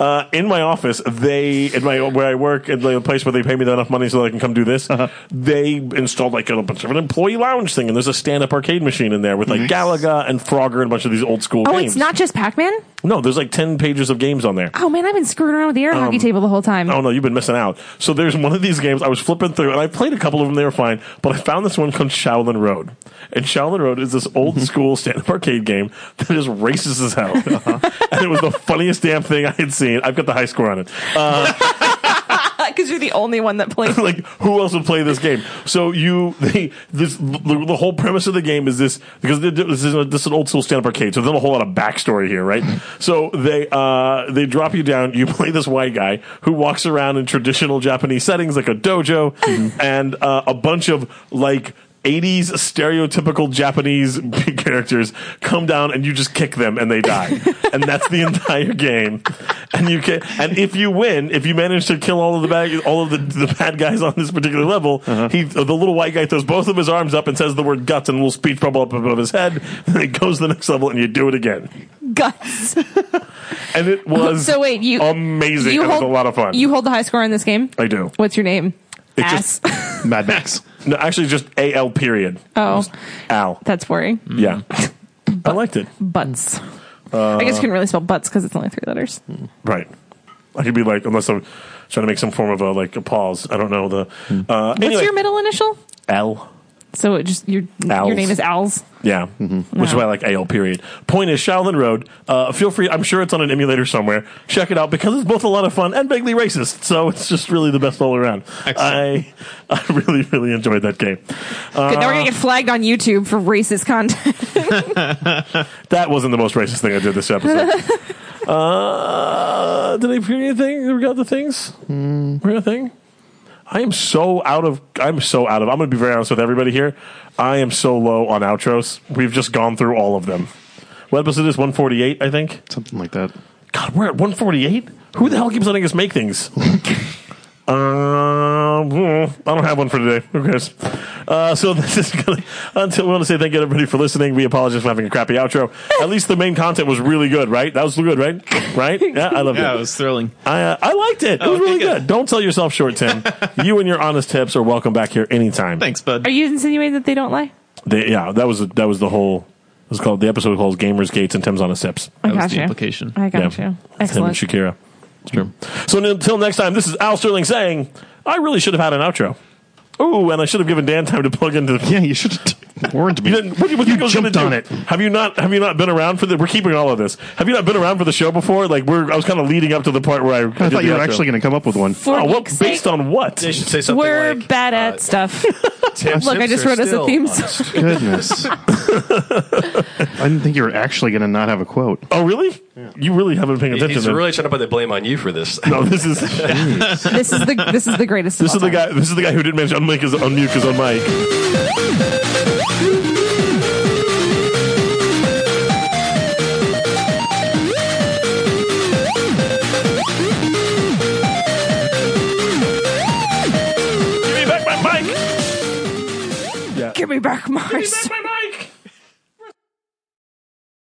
Uh, in my office, they in my where I work at the place where they pay me enough money so that I can come do this. Uh-huh. They installed like a bunch of an employee lounge thing, and there's a stand up arcade machine in there with like Galaga and Frogger and a bunch of these old school [laughs] Oh, games. it's not just Pac Man. no, there's like ten pages of games on there. Oh man, I've been screwing around with the air hockey table the whole time. Um, [laughs] Oh no, you've been missing out. So there's one of these games I was flipping through, and I played a couple of them. They were fine, but I found this one called Shaolin Road, and Shaolin Road is this old school stand-up arcade game that is racist as hell, and it was the funniest damn thing I had seen. I've got the high score on it. Because you're the only one that [laughs] plays. like who else would play this game? So you [laughs] they, this the, the whole premise of the game is this because th- th- this is, a, this is an old school stand up arcade, so there's not a whole lot of backstory here, right? so they uh, they drop you down. You [laughs] play this white guy who walks around in traditional Japanese settings like a dojo and uh, a bunch of like. 80s stereotypical Japanese [laughs] characters come down and you just kick them and they [laughs] die. and that's the entire game. And you can and if you win, if you manage to kill all of the bad all of the, the bad guys on this particular level, Uh-huh. he the little white guy throws both of his arms up and says the word guts and a little speech bubble up above his head, [laughs] and it goes to the next level and you do it again. Guts. And it was So wait, you amazing. You it was a lot of fun. You hold the high score on this game. I do. What's your name? It Ass. [laughs] just- Mad Max. No, actually just AL period. oh, Al. that's worrying. Yeah. [laughs] I liked it. Butts. I guess you couldn't really spell butts because it's only three letters. Right. I could be like, unless I'm trying to make some form of a like a pause. I don't know the. Uh, What's your middle initial? L. So it just your your Owls. name is Owls. Yeah, which is why I like AL. Period. Point is Shaolin Road. Uh, feel free. I'm sure it's on an emulator somewhere. Check it out because it's both a lot of fun and vaguely racist. So it's just really the best all around. Excellent. I [laughs] I really really enjoyed that game. Good, now we're Uh. gonna get flagged on YouTube for racist content. That wasn't the most racist thing I did this episode. uh, did I forget anything? Did we got the things? We got a thing? I am so out of. I'm so out of. I'm going to be very honest with everybody here. I am so low on outros. We've just gone through all of them. What episode is 148? I think. something like that. God, we're at 148. Who the hell keeps letting us make [laughs] things? Uh, I don't have one for today. Who cares? Uh, so [laughs] this is gonna, until we want to say thank you everybody for listening. We apologize for having a crappy outro. At least the main content was really good, right? That was good, right? [laughs] Right? Yeah, I love Yeah, that. it was Oh, thrilling. I, uh, I liked it. It was okay, really good. good. Don't sell yourself short, [laughs] Tim. you and your honest tips are welcome back here anytime. Thanks, bud. Are you insinuating that they don't lie? They, yeah, that was that was the whole. It was called the episode was called "Gamers Gates" and Tim's honest tips. I that was got the you. implication. I got Yeah. you. Excellent. Him and Shakira. It's true. So n- until next time, this is Al Sterling saying, I really should have had an outro. Ooh, and I should have given Dan time to plug into the. Yeah, you should [laughs] have warned me. You didn't- what do you, what do you think I was jumped gonna on do? it. Have you not? Have you not been around for the? We're keeping all of this. Have you not been around for the show before? Like we're, I was kind of leading up to the part where I. I thought you were actually going to come up [laughs] with one. For Oh, what, geek's based sake, on what? They should say something we're like, bad at [laughs] uh, stuff. Tim's Look, I tips just are wrote us a still theme honest. Goodness. I didn't think you were actually going to not have a quote. Oh, really? You really haven't been paying attention. He's then. really trying to put the blame on you for this. [laughs] no, this is this this is the this is the greatest. of is all the time. guy. This is the guy who didn't manage to unmute his, unmute his own mic. Give me back my mic. Give me back my.